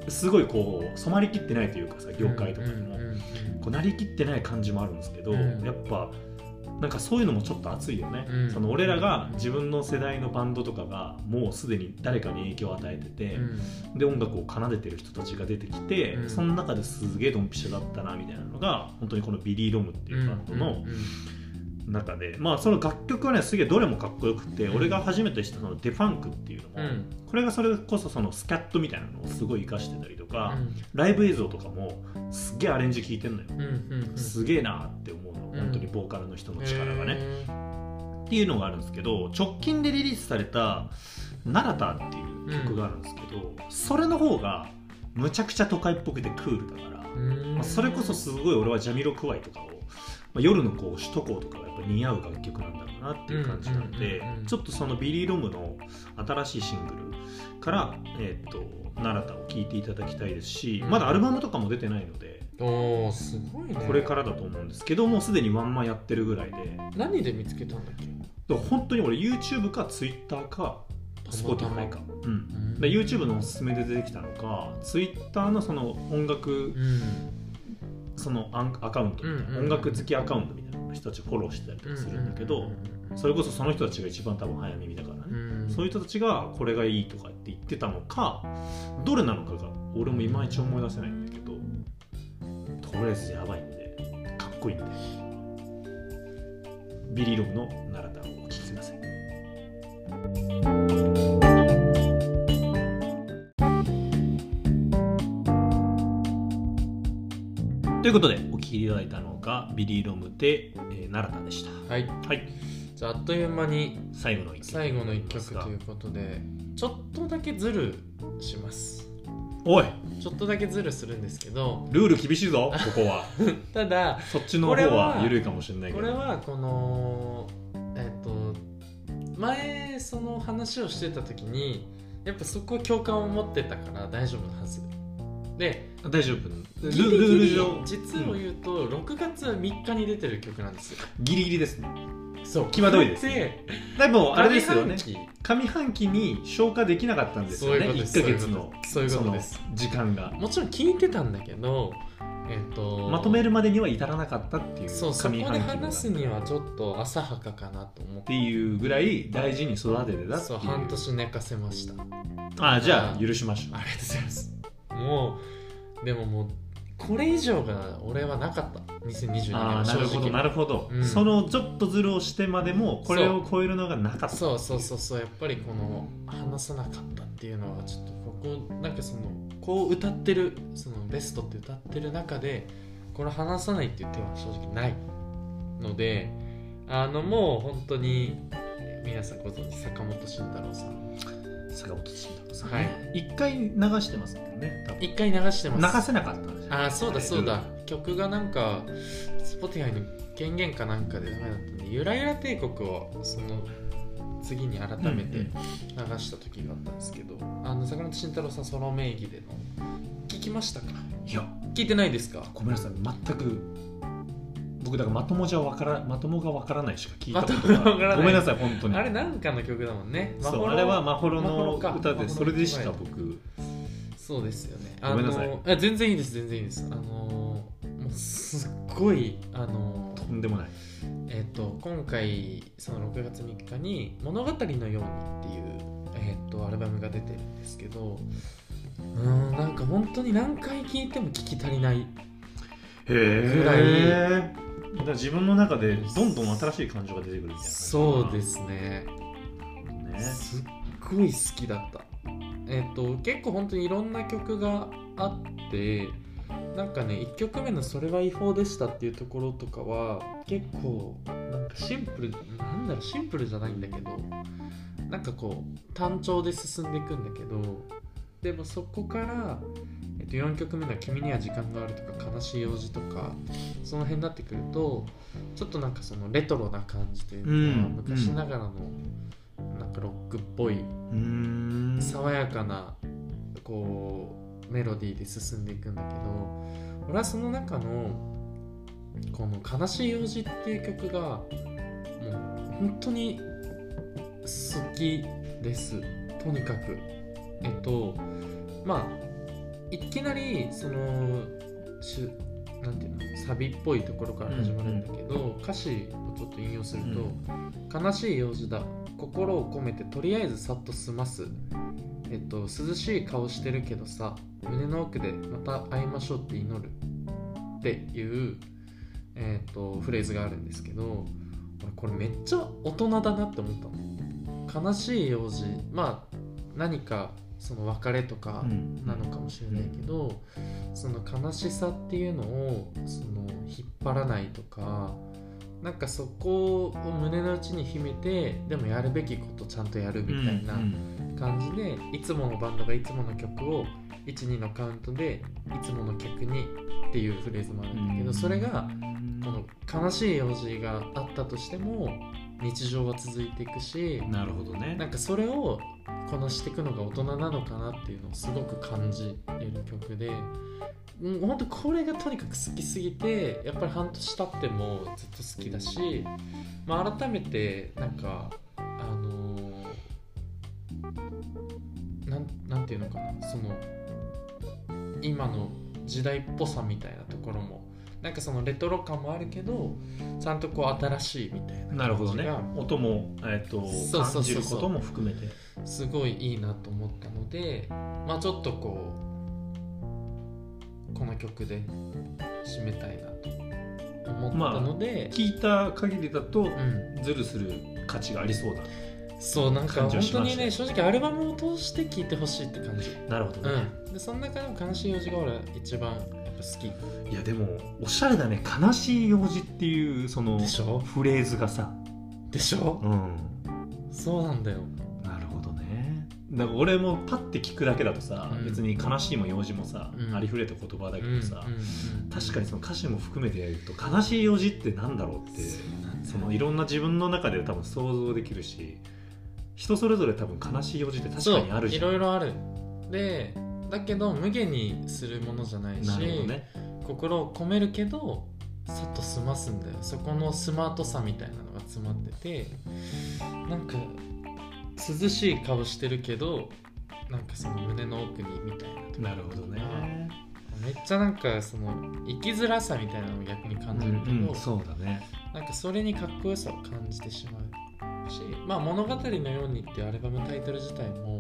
Speaker 1: うすごいこう染まりきってないというかさ業界とかにも、
Speaker 2: うんうんうんうん
Speaker 1: こうなりきってない感じもあるんですけど、
Speaker 2: うん
Speaker 1: やっぱなんかそういうのもちょっと熱いよね、
Speaker 2: うん
Speaker 1: その俺らが自分の世代のバンドとかがもうすでに誰かに影響を与えてて、
Speaker 2: うん
Speaker 1: で音楽を奏でてる人たちが出てきて、
Speaker 2: うん
Speaker 1: その中ですげえドンピシャだったなみたいなのが本当にこのビリー・ロムっていうバンドの、
Speaker 2: うんうんうん
Speaker 1: 中で、まあ、その楽曲はねすげえどれもかっこよくて、
Speaker 2: うん
Speaker 1: 俺が初めて知ったそのデファンクっていうのも、
Speaker 2: うん
Speaker 1: これがそれこそそのスキャットみたいなのをすごい活かしてたりとか、
Speaker 2: うん
Speaker 1: ライブ映像とかもすっげえアレンジ効いてんのよ、
Speaker 2: うんうんうん
Speaker 1: すげえなって思うの本当にボーカルの人の力がね、
Speaker 2: へー
Speaker 1: っていうのがあるんですけど直近でリリースされた「ナラタ」っていう曲があるんですけど、それの方がむちゃくちゃ都会っぽくてクールだから、
Speaker 2: うん
Speaker 1: まあ、それこそすごい俺はジャミロクワイとかを、まあ、夜のこう首都高とかがやっぱ似合う楽曲なんだろうなっていう感じなんで、
Speaker 2: うんうんうんうん
Speaker 1: ちょっとそのビリー・ロムの新しいシングルから「えー、とナラタ」を聴いていただきたいですし、
Speaker 2: うん
Speaker 1: まだアルバムとかも出てないので
Speaker 2: おーすごいね
Speaker 1: これからだと思うんですけどもうすでにワンマンやってるぐらいでだか
Speaker 2: 何で見つけたんだっけ
Speaker 1: ら本当に俺 YouTube か Twitter か Spotify か、うん、で YouTube のおすすめで出てきたのか Twitter のその音楽
Speaker 2: うん
Speaker 1: そのアンアカウントみたいな、
Speaker 2: うんうんうん
Speaker 1: 音楽好きアカウントみたいな人たちをフォローしてたりとかするんだけど、それこそその人たちが一番多分早耳だからね、そういう
Speaker 2: う
Speaker 1: 人たちがこれがいいとかって言ってたのかどれなのかが俺もいまいち思い出せないんだけどとりあえずやばいんでかっこいいんでビリー・ロムの「奈良田」をお聴きくださいということでお聴きいただいたのがビリー・ロムで、えー、奈良田でした。
Speaker 2: はい
Speaker 1: はい
Speaker 2: じゃああっという間に
Speaker 1: 最後の一曲
Speaker 2: 最後の一曲といううことでちょっとだけズルします
Speaker 1: おい
Speaker 2: ちょっとだけズルするんですけど
Speaker 1: ルール厳しいぞここは
Speaker 2: ただ
Speaker 1: そっちの
Speaker 2: これ
Speaker 1: 方
Speaker 2: は
Speaker 1: は緩いかもしれないけ
Speaker 2: こ
Speaker 1: ど
Speaker 2: れはこのえっと前その話をしてた時にやっぱそこは共感を持ってたから大丈夫なはずで
Speaker 1: 大丈夫ル
Speaker 2: ギリ
Speaker 1: ル
Speaker 2: ギ
Speaker 1: ール
Speaker 2: リ
Speaker 1: 上
Speaker 2: 実を言うと、6月3日に出てる曲なんですよ
Speaker 1: ギリギリですね
Speaker 2: そう
Speaker 1: 際どいです
Speaker 2: で
Speaker 1: でもあれですよね
Speaker 2: 上半
Speaker 1: 上半期に消化できなかったん
Speaker 2: 期
Speaker 1: です
Speaker 2: そう
Speaker 1: よね
Speaker 2: いうことです
Speaker 1: 1ヶ月の
Speaker 2: そういうこ
Speaker 1: そ
Speaker 2: と
Speaker 1: の
Speaker 2: です
Speaker 1: 時間が
Speaker 2: もちろん聞いてたんだけどえっ、と
Speaker 1: まとめ
Speaker 2: る
Speaker 1: るまでには至らなかったっていう
Speaker 2: そうそこ
Speaker 1: 上
Speaker 2: で
Speaker 1: 半期の
Speaker 2: 話すにはちょっと浅はかかなと思
Speaker 1: っ
Speaker 2: っ
Speaker 1: てていうぐらい大事に育ててたって
Speaker 2: そう
Speaker 1: いう
Speaker 2: 半年寝かせました
Speaker 1: あじゃあ許しましょ
Speaker 2: ありがとうございますもうでももうこれ以上が俺はなかった2022年
Speaker 1: うあ
Speaker 2: は
Speaker 1: あな
Speaker 2: 正
Speaker 1: るほど
Speaker 2: 直
Speaker 1: なるほど、
Speaker 2: うん
Speaker 1: そのちょっとズルをしてまでもこれを超えるのがなかった
Speaker 2: そうそうそうそうやっぱりこの話さなかったっていうのはちょっとここなんかそのこう歌ってるそのベストって歌ってる中でこれ話さないっていう手は正直ないのであのもう本当に皆さんご存知坂本慎太郎さん
Speaker 1: 坂本慎太郎さん、
Speaker 2: はい
Speaker 1: 一回流してますもんね多分
Speaker 2: 一回流してます
Speaker 1: 流せなかったんじゃない
Speaker 2: あーそうだそう
Speaker 1: う
Speaker 2: だ曲がなんか Spotify の権限かなんかでダメだったんでゆらゆら帝国をその次に改めて
Speaker 1: うん
Speaker 2: 流した時があったんですけど、あの坂本慎太郎さんソロ名義での聞きましたか
Speaker 1: いや
Speaker 2: 聞いてないですか
Speaker 1: ごめんなさい全く僕だからまともじゃわからまともがわからないしか聞いたこと
Speaker 2: まともがわか
Speaker 1: がない
Speaker 2: らな
Speaker 1: いごめんなさい本当に
Speaker 2: あれなんかの曲だもんね
Speaker 1: そ
Speaker 2: まほ
Speaker 1: う
Speaker 2: ろ
Speaker 1: あれはマホロ
Speaker 2: まほろ
Speaker 1: の
Speaker 2: か
Speaker 1: 歌
Speaker 2: まほろ
Speaker 1: で
Speaker 2: の
Speaker 1: それでしか
Speaker 2: 前
Speaker 1: 僕
Speaker 2: そうですよね
Speaker 1: ごめんなさい
Speaker 2: あのあ全然いいです全然いいですあのもうすっごいあの
Speaker 1: とんでもない
Speaker 2: えっと今回その6月3日に「物語のように」っていう、えっとアルバムが出てるんですけどうーんなんか本当に何回聴いても聞き足りないぐらい
Speaker 1: へえだから自分の中でどんどん新しい感情が出てくるみたいな
Speaker 2: そうですすね
Speaker 1: ね
Speaker 2: すっごい好きだったえっ、と結構本当にいろんな曲があってなんかね1曲目の「それは違法でした」っていうところとかは結構なんかシンプルなんだろうシンプルじゃないんだけどなんかこう単調で進んでいくんだけどでもそこから、えっと、4曲目の「君には時間がある」とか「悲しい用事」とかその辺になってくるとちょっとなんかそのレトロな感じというか、
Speaker 1: うん
Speaker 2: 昔ながらのなんかロックっぽい
Speaker 1: うん
Speaker 2: 爽やかなこうメロディーで進んでいくんだけど俺はその中のこの「悲しい用事」っていう曲がもう本当に好きですとにかくえっとまあいきなりそのしゅなんていうのサビっぽいところから始まるんだけど、歌詞をちょっと引用すると「悲しい用事だ心を込めてとりあえずさっと済ます」えっと「涼しい顔してるけどさ胸の奥でまた会いましょうって祈る」っていう、えっとフレーズがあるんですけど俺これめっちゃ大人だなって思ったの。悲しい用事まあ何かその別れとか、なのかもしれないけど、その悲しさっていうのをその引っ張らないとかなんかそこを胸の内に秘めてでもやるべきことちゃんとやるみたいな感じで、いつものバンドがいつもの曲を12のカウントでいつもの曲にっていうフレーズもあるんだけど、それがこの悲しい用事があったとしても日常は続いていくし
Speaker 1: なるほどね
Speaker 2: なんかそれをこなしていくのが大人なのかなっていうのをすごく感じてる曲でうん本当これがとにかく好きすぎてやっぱり半年経ってもずっと好きだし、まあ、改めてなんかあのーなんなんていうのかなその今の時代っぽさみたいなところもなんかそのレトロ感もあるけどちゃんとこう新しいみたいな感じが
Speaker 1: なるほどね音も、えっと
Speaker 2: そうそうそうそう
Speaker 1: 感じることも含めて
Speaker 2: すごいいいなと思ったのでまあちょっとこうこの曲で締めたいなと思ったので、
Speaker 1: 聞いた限りだと
Speaker 2: うん、
Speaker 1: ズルする価値がありそうだ
Speaker 2: そうなんか
Speaker 1: 感じは
Speaker 2: 本
Speaker 1: し
Speaker 2: 当
Speaker 1: ました
Speaker 2: にね正直アルバムを通して聴いてほしいって感じ、
Speaker 1: なるほどね、
Speaker 2: うん、でその中でも「悲しい用事」が俺は一番やっぱ好き
Speaker 1: いやでもおしゃれだね「悲しい用事」っていうその
Speaker 2: でしょ
Speaker 1: フレーズがさ
Speaker 2: でしょ
Speaker 1: うん
Speaker 2: そうなんだよ
Speaker 1: なるほどねだから俺もパッて聞くだけだとさ、
Speaker 2: うん
Speaker 1: 別に悲しいも用事もさ、
Speaker 2: うん
Speaker 1: ありふれた言葉だけどさ、
Speaker 2: うんうんうん
Speaker 1: 確かにその歌詞も含めてやると悲しい用事ってなんだろうって
Speaker 2: そうなんだよ
Speaker 1: そのいろんな自分の中で多分想像できるし人それぞれ多分悲しい用事って確かにあるじゃん
Speaker 2: そういろいろあるでだけど無限にするものじゃないし
Speaker 1: なるほどね
Speaker 2: 心を込めるけどさっと済ますんだよそこのスマートさみたいなのが詰まっててなんか涼しい顔してるけどなんかその胸の奥にみたいなとこ
Speaker 1: なるほどね
Speaker 2: めっちゃなんかその生きづらさみたいなのを逆に感じるけど、
Speaker 1: うんうんそうだね
Speaker 2: なんかそれにかっこよさを感じてしまうし「まあ、物語のように」っていうアルバムタイトル自体も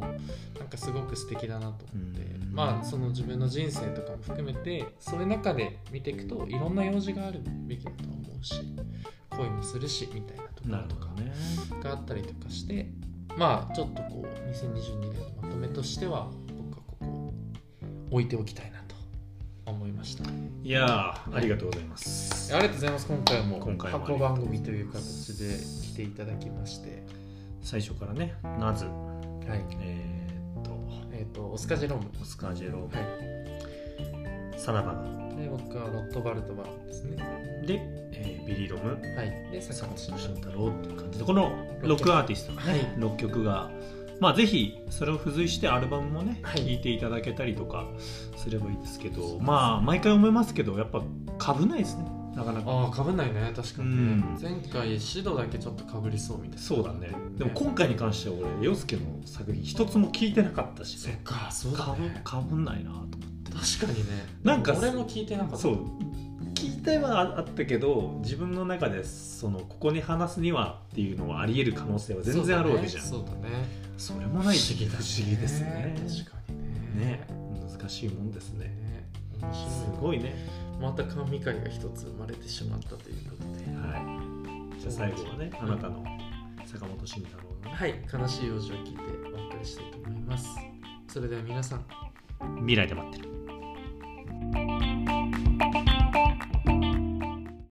Speaker 2: なんかすごく素敵だなと思って、
Speaker 1: うん
Speaker 2: まあその自分の人生とかも含めてそういう中で見ていくといろんな用事があるべきだと思うし恋もするしみたいなとこ
Speaker 1: な
Speaker 2: ろ
Speaker 1: る
Speaker 2: と
Speaker 1: ほ
Speaker 2: か
Speaker 1: どね
Speaker 2: があったりとかしてまあちょっとこう2022年のまとめとしては僕はここを置いておきたいなと思いました。
Speaker 1: いやーありがとうございます
Speaker 2: ありがとうございます今回も
Speaker 1: 今回もあり
Speaker 2: 箱
Speaker 1: がとうございます
Speaker 2: 番組という形で来ていただきまして
Speaker 1: 最初からねなず
Speaker 2: はい
Speaker 1: えーっと
Speaker 2: えっ、とオスカジェローム
Speaker 1: オスカー・ジェロー
Speaker 2: は
Speaker 1: サナバガ
Speaker 2: いで僕はロットバルトバーですね
Speaker 1: で、えービリー・ロム
Speaker 2: はいで坂本慎
Speaker 1: 慎
Speaker 2: 太
Speaker 1: 太郎っていう感じでこの6アーティストの、ね
Speaker 2: はい
Speaker 1: 6曲が、まあ、ぜひそれを付随してアルバムもね聴、
Speaker 2: はい
Speaker 1: い、ていただけたりとかすればいいですけどまあ毎回思いますけどやっぱかぶないですねなかなか
Speaker 2: ああかぶんないね確かにね、
Speaker 1: うん
Speaker 2: 前回シドだけちょっとかぶりそうみたいな
Speaker 1: そうだねでも今回に関しては俺洋介の作品一つも聴いてなかったし
Speaker 2: そっ
Speaker 1: ね
Speaker 2: かそう
Speaker 1: か
Speaker 2: だ
Speaker 1: ぶ
Speaker 2: ね
Speaker 1: かぶんないなと思って
Speaker 2: 確かにね
Speaker 1: なんか
Speaker 2: 俺も聞いてなかった
Speaker 1: そう聞いてはあったけど自分の中でそのここに話すにはっていうのはありえる可能性は全然あるわけじゃんそ,、
Speaker 2: そうだねそうだね
Speaker 1: れもない
Speaker 2: 不思議だね
Speaker 1: 不思議ですね
Speaker 2: 確かにね
Speaker 1: ね難しいもんですね
Speaker 2: ね面白い
Speaker 1: すごいね、
Speaker 2: また神回が一つ生まれてしまったということで
Speaker 1: はい、じゃあ最後はねあなたの坂本慎太郎
Speaker 2: はい、悲しい用事を聞いてお別れしたいと思います。それでは皆さん、
Speaker 1: の未来で待ってる